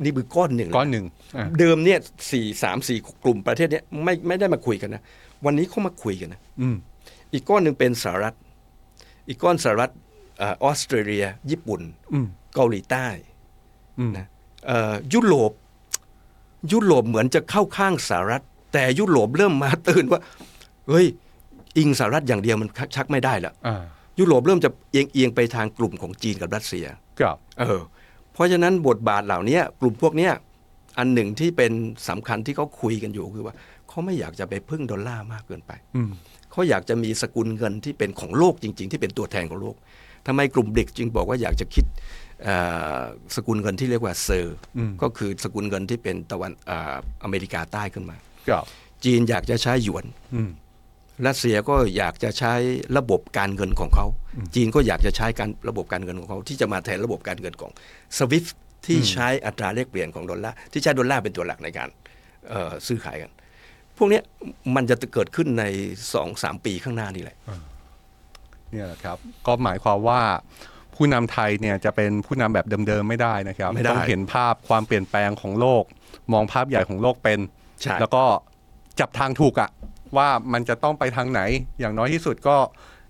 Speaker 2: นี่คือก้อนหนึ่ง
Speaker 1: ก้อนหนึ่งอ่ะ
Speaker 2: เดิมเนี่ยสี่สามสี่กลุ่มประเทศเนี่ยไม่ไม่ได้มาคุยกันนะ วันนี้เขามาคุยกันนะ
Speaker 1: อืม
Speaker 2: อีกก้อนหนึ่งเป็นสหรัฐ อีกก้อนสหรัฐเออออสเตรเลีย ญี่ปุ่น
Speaker 1: อืม
Speaker 2: เกาหลีใต้
Speaker 1: อืม
Speaker 2: นะเอ่อยุโรป ยุโรปเหมือนจะเข้าข้างสหรัฐ แต่ยุโรปเริ่มมาตื่นว่า เฮ้ย อิงสหรัฐอย่างเดียวมันชักไม่ได้ละ
Speaker 1: อ่า
Speaker 2: ยุโรปเริ่มจะเอียงเอียงไปทางกลุ่มของจีนกับรัสเซีย
Speaker 1: ครับ
Speaker 2: เออ เพราะฉะนั้นบทบาทเหล่านี้กลุ่มพวกเนี้ยอันหนึ่งที่เป็นสำคัญที่เขาคุยกันอยู่คือว่าเขาไม่อยากจะไปพึ่งดอลลาร์มากเกินไป
Speaker 1: อืม
Speaker 2: เขาอยากจะมีสกุลเงินที่เป็นของโลกจริง ๆ ที่เป็นตัวแทนของโลกทำไมกลุ่มเด็กจึงบอกว่าอยากจะคิดเอ่อสกุลเงินที่เรียกว่าเซอร์ก็คือสกุลเงินที่เป็นตะวันเอ่ออเมริกาใต้ขึ้นมา
Speaker 1: ครับ
Speaker 2: จีนอยากจะใช้หยวน
Speaker 1: อืม
Speaker 2: รัสเซียก็อยากจะใช้ระบบการเงินของเขา จีนก็อยากจะใช้การระบบการเงินของเขา ที่จะมาแทนระบบการเงินของสวิฟที่ใช้อัตราแลกเปลี่ยนของดอลลาร์ที่ใช้ดอลลาร์เป็นตัวหลักในการเอ่อซื้อขายกัน พวกเนี้ยมันจะเกิดขึ้นในสองสามปีข้างหน้านี่แหละ
Speaker 1: เนี่ยแหละครับ ก็หมายความว่า ผู้นำไทยเนี่ยจะเป็นผู้นำแบบเดิมๆไม่ได้นะครับ
Speaker 2: ไม่ได้
Speaker 1: ต้องเห็นภาพความเปลี่ยนแปลงของโลก มองภาพใหญ่ของโลกเป็น
Speaker 2: ใช่
Speaker 1: แล้วก็จับทางถูกอะว่ามันจะต้องไปทางไหน อย่างน้อยที่สุดก็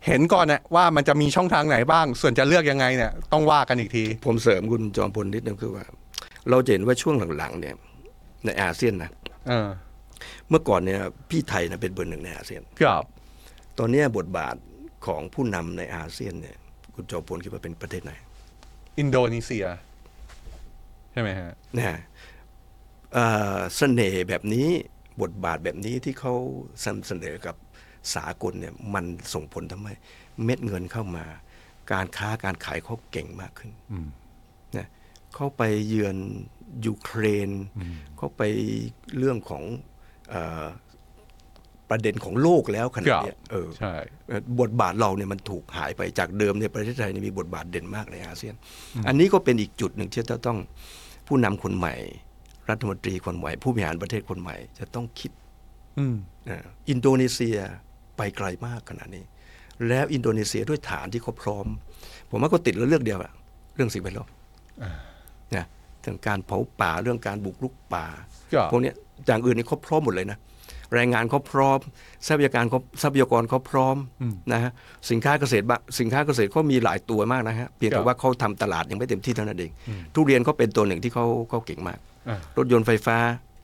Speaker 1: เห็นก่อนนะว่ามันจะมีช่องทางไหนบ้าง ส่วนจะเลือกยังไงเนี่ยต้องว่ากันอีกที
Speaker 2: ผมเสริมคุณจอมพลนิดนึงคือว่า เราจะเห็นว่าช่วงหลังๆเนี่ยในอาเซียนนะ
Speaker 1: เออ
Speaker 2: เมื่อก่อนเนี่ยพี่ไทยนะเป็นเบอร์หนึ่งในอาเซียน
Speaker 1: ครับ
Speaker 2: ตอนเนี้ยบทบาทของผู้นำในอาเซียนเนี่ยคุณจอมพลคิดว่าเป็นประเทศไหน
Speaker 1: อินโดนีเซีย ใช่ไหมฮะ
Speaker 2: นะฮะเอ่อเสน่ห์แบบนี้บทบาทแบบนี้ที่เขาสนเสนอกับสากลเนี่ยมันส่งผลทำให้เม็ดเงินเข้ามา การค้าการขายเขาเก่งมากขึ้น
Speaker 1: อืม
Speaker 2: นะเขาไปเยือนยูเครนเขาไปเรื่องของเออประเด็นของโลกแล้วขนาดเนี้ยเออ
Speaker 1: ใช่
Speaker 2: เอ่อบทบาทเราเนี่ยมันถูกหายไปจากเดิมเนี่ยประเทศไทยเนี่ยมีบทบาทเด่นมากในอาเซียน อันนี้ก็เป็นอีกจุดหนึ่งที่จะต้องผู้นำคนใหม่ รัฐมนตรีคนใหม่ ผู้บริหารประเทศคนใหม่ จะต้องคิด
Speaker 1: อืม
Speaker 2: นะอินโดนีเซียไปไกลมากขนาดนี้ แล้วอินโดนีเซียด้วยฐานที่เขาพร้อม ผมว่าก็ติดแล้วเรื่องเดียวอะเรื่องสิ่งแวดล้อมนะเรื่องการเผาป่าเรื่องการบุกรุกป่า
Speaker 1: ครับ
Speaker 2: พวกเนี้ยอย่างอื่นนี่เขาพร้อมหมดเลยนะแรงงานเขาพร้อม ทรัพยากรเขาทรัพยากรเขาพร้อมนะฮะสินค้าเกษตรบางสินค้าเกษตรเขามีหลายตัวมากนะฮะเพียงแต่ว่าเขาทำตลาดยังไม่เต็มที่เท่านั้นเอง ทุเรียนก็เป็นตัวหนึ่งที่เขาเขาเก่งมาก
Speaker 1: อ่าร
Speaker 2: ถยนต์ไฟฟ้า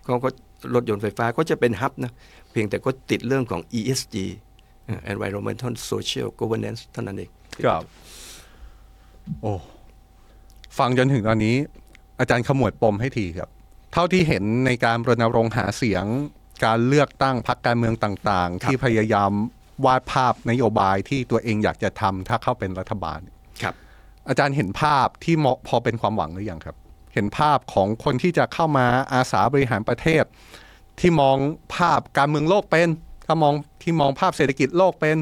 Speaker 2: เขาก็รถยนต์ไฟฟ้าก็จะเป็นฮับนะ เพียงแต่ก็ติดเรื่องของ ESG เอ่อ Environmental Social Governance เท่านั้นเอง
Speaker 1: ครับ โอ้ ฟังจนถึงตอนนี้ อาจารย์ขมวดปมให้ทีครับ เท่าที่เห็นในการรณรงค์หาเสียง การเลือกตั้งพรรคการเมืองต่างๆ ที่พยายามวาดภาพนโยบายที่ตัวเองอยากจะทำถ้าเข้าเป็นรัฐบาล
Speaker 2: ครับ
Speaker 1: อาจารย์เห็นภาพที่เหมาะพอเป็นความหวังหรือยังครับ เห็นภาพของคนที่จะเข้ามาอาสาบริหารประเทศ ที่มองภาพการเมืองโลกเป็นถ้ามองที่มองภาพเศรษฐกิจโลกเป็น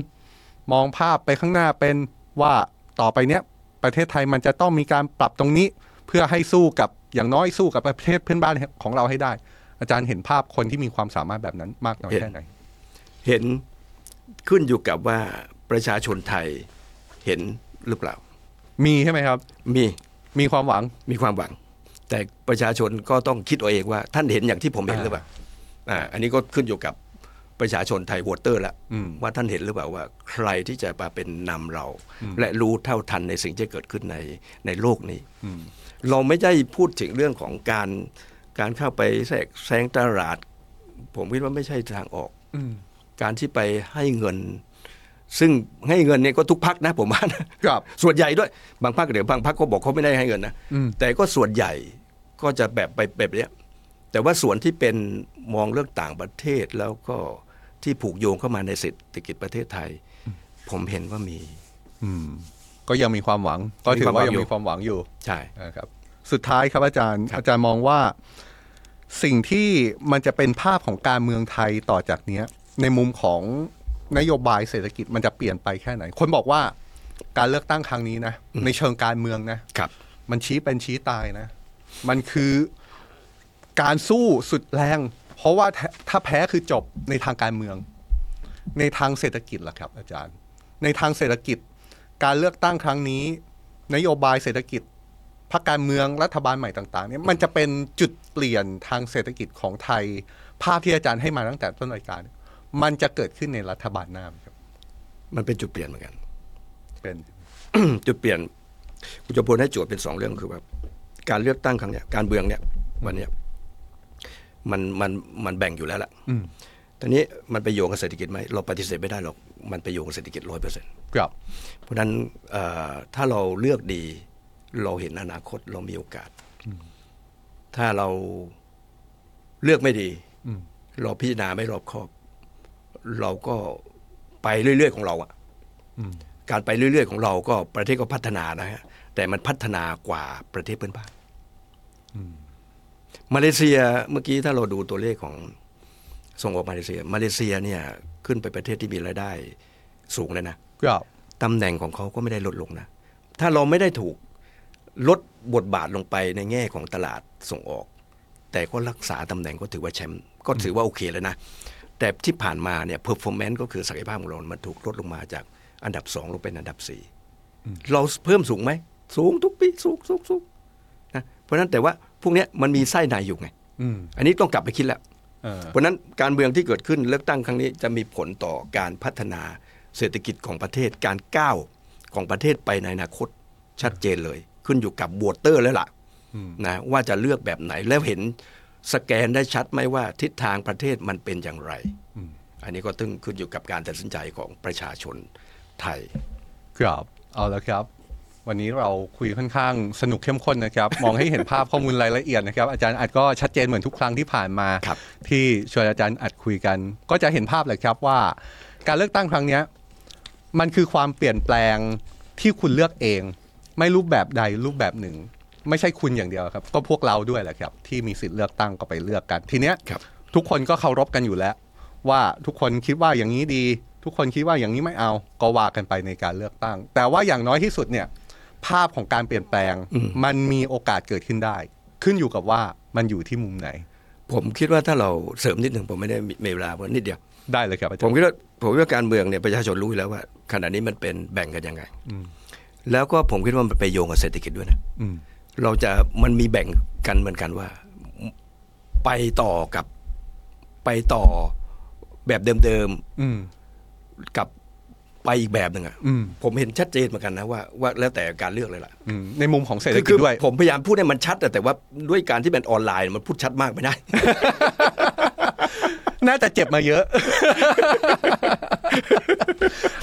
Speaker 1: มองภาพไปข้างหน้าเป็นว่าต่อไปเนี้ยประเทศไทยมันจะต้องมีการปรับตรงนี้ เพื่อให้สู้กับ อย่างน้อยสู้กับประเทศเพื่อนบ้านของเราให้ได้ อาจารย์เห็นภาพคนที่มีความสามารถแบบนั้นมากน้อย
Speaker 2: เห็น
Speaker 1: แค่ไหน
Speaker 2: เห็นขึ้นอยู่กับว่าประชาชนไทยเห็นหรือเปล่า
Speaker 1: มีใช่ไหมครับ
Speaker 2: มี
Speaker 1: มีความหวัง
Speaker 2: มีความหวัง แต่ประชาชนก็ต้องคิดเอาเองว่า ท่านเห็นอย่างที่ผมเห็นหรือเปล่าอ่าอันนี้ก็ขึ้นอยู่กับประชาชนไทยวอเตอร์ละ
Speaker 1: อืม
Speaker 2: ว่าท่านเห็นหรือเปล่าว่า ใครที่จะมาเป็นนำเรา และรู้เท่าทันในสิ่งที่เกิดขึ้นในในโลกนี้
Speaker 1: อืม
Speaker 2: เราไม่ได้พูดถึงเรื่องของการการเข้าไปแทรกแซงตลาด ผมคิดว่าไม่ใช่ทางออก
Speaker 1: อืม
Speaker 2: การที่ไปให้เงิน ซึ่งให้เงินเนี่ยก็ทุกพักนะผมว่านะครับ ส่วนใหญ่ด้วยบางพักเดี๋ยวบางพักก็บอกเขาไม่ได้ให้เงินนะ
Speaker 1: อืม
Speaker 2: แต่ก็ส่วนใหญ่ก็จะแบบไปแบบเนี้ยแต่ว่าส่วนที่เป็นมองเรื่องต่างประเทศแล้วก็ที่ผูกโยงเข้ามาในเศรษฐกิจประเทศไทย ผมเห็นว่ามี
Speaker 1: อืม ก็ยังมีความหวัง ก็ถือว่ายังมีความหวังอยู่
Speaker 2: ใช่
Speaker 1: นะครับสุดท้ายครับอาจารย์ อาจารย์มองว่าสิ่งที่มันจะเป็นภาพของการเมืองไทยต่อจากเนี้ย ในมุมของนโยบายเศรษฐกิจมันจะเปลี่ยนไปแค่ไหน คนบอกว่าการเลือกตั้งครั้งนี้นะในเชิงการเมืองนะครับ มันชี้เป็นชี้ตายนะ มันคือการสู้สุดแรง เพราะว่าถ้าถ้าแพ้คือจบในทางการเมือง ในทางเศรษฐกิจล่ะครับ อาจารย์ ในทางเศรษฐกิจ การเลือกตั้งครั้งนี้ นโยบายเศรษฐกิจ พรรคการเมืองรัฐบาลใหม่ต่างๆเนี่ยมันจะเป็นจุดเปลี่ยนทางเศรษฐกิจของไทย ภาพที่อาจารย์ให้มาตั้งแต่ต้นรายการเนี่ยมันจะเกิดขึ้นในรัฐบาลหน้าไหมครับ
Speaker 2: มันเป็นจุดเปลี่ยนเหมือนกัน
Speaker 1: เป็น
Speaker 2: จุดเปลี่ยนคุณจะพลให้โจทย์เป็นสองเรื่องคือว่าการเลือกตั้งครั้งเนี้ยการเมืองเนี่ยวันเนี้ยมันมันมันแบ่งอยู่แล้วล่ะ
Speaker 1: อืม
Speaker 2: ตอนนี้มันไปโยงกับเศรษฐกิจไหมเราปฏิเสธไม่ได้หรอกมันไปโยงกับเศรษฐกิจร้อยเปอร์เซ็นต์
Speaker 1: ครับ
Speaker 2: เพราะฉะนั้นเอ่อถ้าเราเลือกดี เราเห็นอนาคตเรามีโอกาส ถ้าเราเลือกไม่ดี
Speaker 1: อืม
Speaker 2: เราพิจารณาไม่รอบคอบ เราก็ไปเรื่อยๆของเราอะ
Speaker 1: อืม
Speaker 2: การไปเรื่อยๆของเราก็ประเทศก็พัฒนานะฮะแต่มันพัฒนากว่าประเทศเพื่อนบ้านมาเลเซียเมื่อกี้ถ้าเราดูตัวเลขของส่งออกมาเลเซีย มาเลเซียเนี่ยขึ้นไปประเทศที่มีรายได้สูงแล้วนะครับ ตำแหน่งของเขาก็ไม่ได้ลดลงนะ ถ้าเราไม่ได้ถูกลดบทบาทลงไปในแง่ของตลาดส่งออก แต่ก็รักษาตำแหน่งก็ถือว่าแชมป์ก็ถือว่าโอเคแล้วนะ แต่ที่ผ่านมาเนี่ยเพอร์ฟอร์แมนซ์ก็คือศักยภาพของเรา มันถูกลดลงมาจากอันดับสองลงเป็นอันดับสี่เราเพิ่มสูงไหม สูงทุกปี สูงสูงสูงนะเพราะฉะนั้นแต่ว่าพวกเนี้ยมันมีไส้ในอยู่ไง
Speaker 1: อืม
Speaker 2: อันนี้ต้องกลับไปคิดแล้ว
Speaker 1: เออ
Speaker 2: เพราะฉะนั้นการเมืองที่เกิดขึ้นเลือกตั้งครั้งนี้จะมีผลต่อการพัฒนาเศรษฐกิจของประเทศการก้าวของประเทศไปในอนาคตชัดเจนเลย ขึ้นอยู่กับวอเตอร์แล้วล่ะนะว่าจะเลือกแบบไหนแล้วเห็นสแกนได้ชัดไหมว่าทิศทางประเทศมันเป็นอย่างไร อันนี้ก็ตึงขึ้นอยู่กับการตัดสินใจของประชาชนไทย
Speaker 1: ครับเอาละครับ วันนี้เราคุยค่อนข้างสนุกเข้มข้นนะครับ มองให้เห็นภาพข้อมูลรายละเอียดนะครับ อาจารย์อัดก็ชัดเจนเหมือนทุกครั้งที่ผ่านมา
Speaker 2: ครับ
Speaker 1: ที่ชวนอาจารย์อัดคุยกัน ก็จะเห็นภาพเลยครับว่า การเลือกตั้งครั้งเนี้ย มันคือความเปลี่ยนแปลงที่คุณเลือกเอง ไม่รูปแบบใดรูปแบบหนึ่ง ไม่ใช่คุณอย่างเดียวครับ ก็พวกเราด้วยแหละครับ ที่มีสิทธิ์เลือกตั้งก็ไปเลือกกัน ทีเนี้ย
Speaker 2: ครับ
Speaker 1: ทุกคนก็เคารพกันอยู่แล้ว ว่าทุกคนคิดว่าอย่างนี้ดี ทุกคนคิดว่าอย่างนี้ไม่เอา ก็ว่ากันไปในการเลือกตั้ง แต่ว่าอย่างน้อยที่สุดเนี่ย ภาพของการเปลี่ยนแปลงมันมีโอกาสเกิดขึ้นได้ ขึ้นอยู่กับว่ามันอยู่ที่มุมไหน
Speaker 2: ผมคิดว่าถ้าเราเสริมนิดหนึ่งผมไม่ได้มีเวลาเพราะนิดเดียว
Speaker 1: ได้เลยครับอา
Speaker 2: ผ
Speaker 1: จาร
Speaker 2: ม
Speaker 1: ย์
Speaker 2: คิดว่าผมคิดว่าการเมืองเนี่ยประชาชนรู้อยู่แล้วว่าขณะนี้มันเป็นแบ่งกันยังไงแล้วก็ผมคิดว่ามันไปโยงกับเศรษฐกิจด้วยนะ
Speaker 1: อืม
Speaker 2: เราจะมันมีแบ่งกันเหมือนกันว่า ไปต่อกับไปต่อแบบเดิม
Speaker 1: อืม
Speaker 2: ๆกับไปอีกแบบหนึ่งอะ
Speaker 1: อืม
Speaker 2: ผมเห็นชัดเจนเหมือนกันนะว่าว่าแล้วแต่การเลือกเลยล่ะ
Speaker 1: อืมในมุมของเศรษฐ
Speaker 2: คือ
Speaker 1: กิ
Speaker 2: คื
Speaker 1: จ
Speaker 2: อ
Speaker 1: ด้วย
Speaker 2: ผมพยายามพูดให้มันชัดอะแต่ว่าด้วยการที่เป็นออนไลน์มันพูดชัดมากไม่ได้
Speaker 1: น่าจะเจ็บมาเยอะ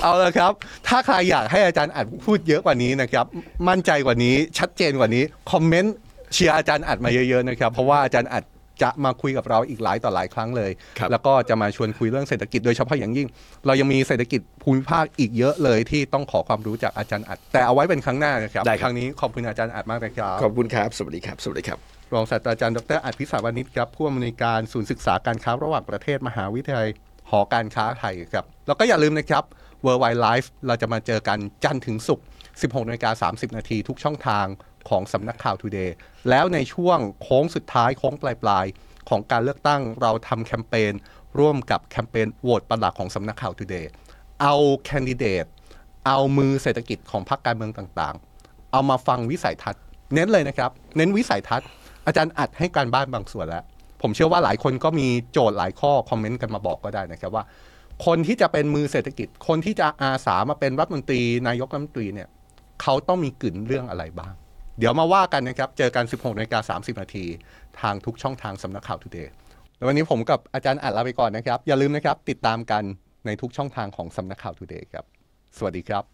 Speaker 1: เอาละครับ ถ้าใครอยากให้อาจารย์อัดพูดเยอะกว่านี้นะครับ มั่นใจกว่านี้ ชัดเจนกว่านี้ คอมเมนต์เชียร์อาจารย์อัดมาเยอะๆนะครับ เพราะว่าอาจารย์อัดจะมาคุยกับเราอีกหลายต่อหลายครั้งเลย
Speaker 2: ครับ
Speaker 1: แล้วก็จะมาชวนคุยเรื่องเศรษฐกิจโดยเฉพาะอย่างยิ่ง เรายังมีเศรษฐกิจภูมิภาคอีกเยอะเลยที่ต้องขอความรู้จากอาจารย์อัด แต่เอาไว้เป็นครั้งหน้านะครับ ครั้งนี้ขอบคุณอาจารย์อัดมากนะครับ
Speaker 2: ขอบคุณครับ สวัสดีครับ สวัสดีครับ
Speaker 1: รองศาสตราจารย์ดรอัดพิสาวานิชครับผู้อำนวยการศูนย์ศึกษาการค้าระหว่างประเทศมหาวิทยาลัยหอการค้าไทยครับ แล้วก็อย่าลืมนะครับ Worldwide Life เราจะมาเจอกันจันทร์ถึงศุกร์ 16นาฬิกา30 นาทีทุกช่องทางของสำนักข่าว Today แล้วในช่วงโค้งสุดท้ายโค้งปลายๆ ของการเลือกตั้งเราทำแคมเปญร่วมกับแคมเปญโหวตประหลักของสำนักข่าว Today เอาแคนดิเดต เอามือเศรษฐกิจของพรรคการเมืองต่างๆ เอามาฟังวิสัยทัศน์ เน้นเลยนะครับ เน้นวิสัยทัศน์ อาจารย์อัดให้การบ้านบางส่วนแล้ว ผมเชื่อว่าหลายคนก็มีโจทย์หลายข้อคอมเมนต์กันมาบอกก็ได้นะครับว่า คนที่จะเป็นมือเศรษฐกิจ คนที่จะอาสามาเป็นรัฐมนตรี นายกรัฐมนตรีเนี่ย เขาต้องมีกลิ่นเรื่องอะไรบ้าง เดี๋ยวมาว่ากันนะครับ เจอกัน 16นาฬิกา30 นาที ทางทุกช่องทางสำนักข่าว Today แล้ววันนี้ผมกับอาจารย์อัดลาไปก่อนนะครับ อย่าลืมนะครับ ติดตามกันในทุกช่องทางของสำนักข่าว Today ครับ สวัสดีครับ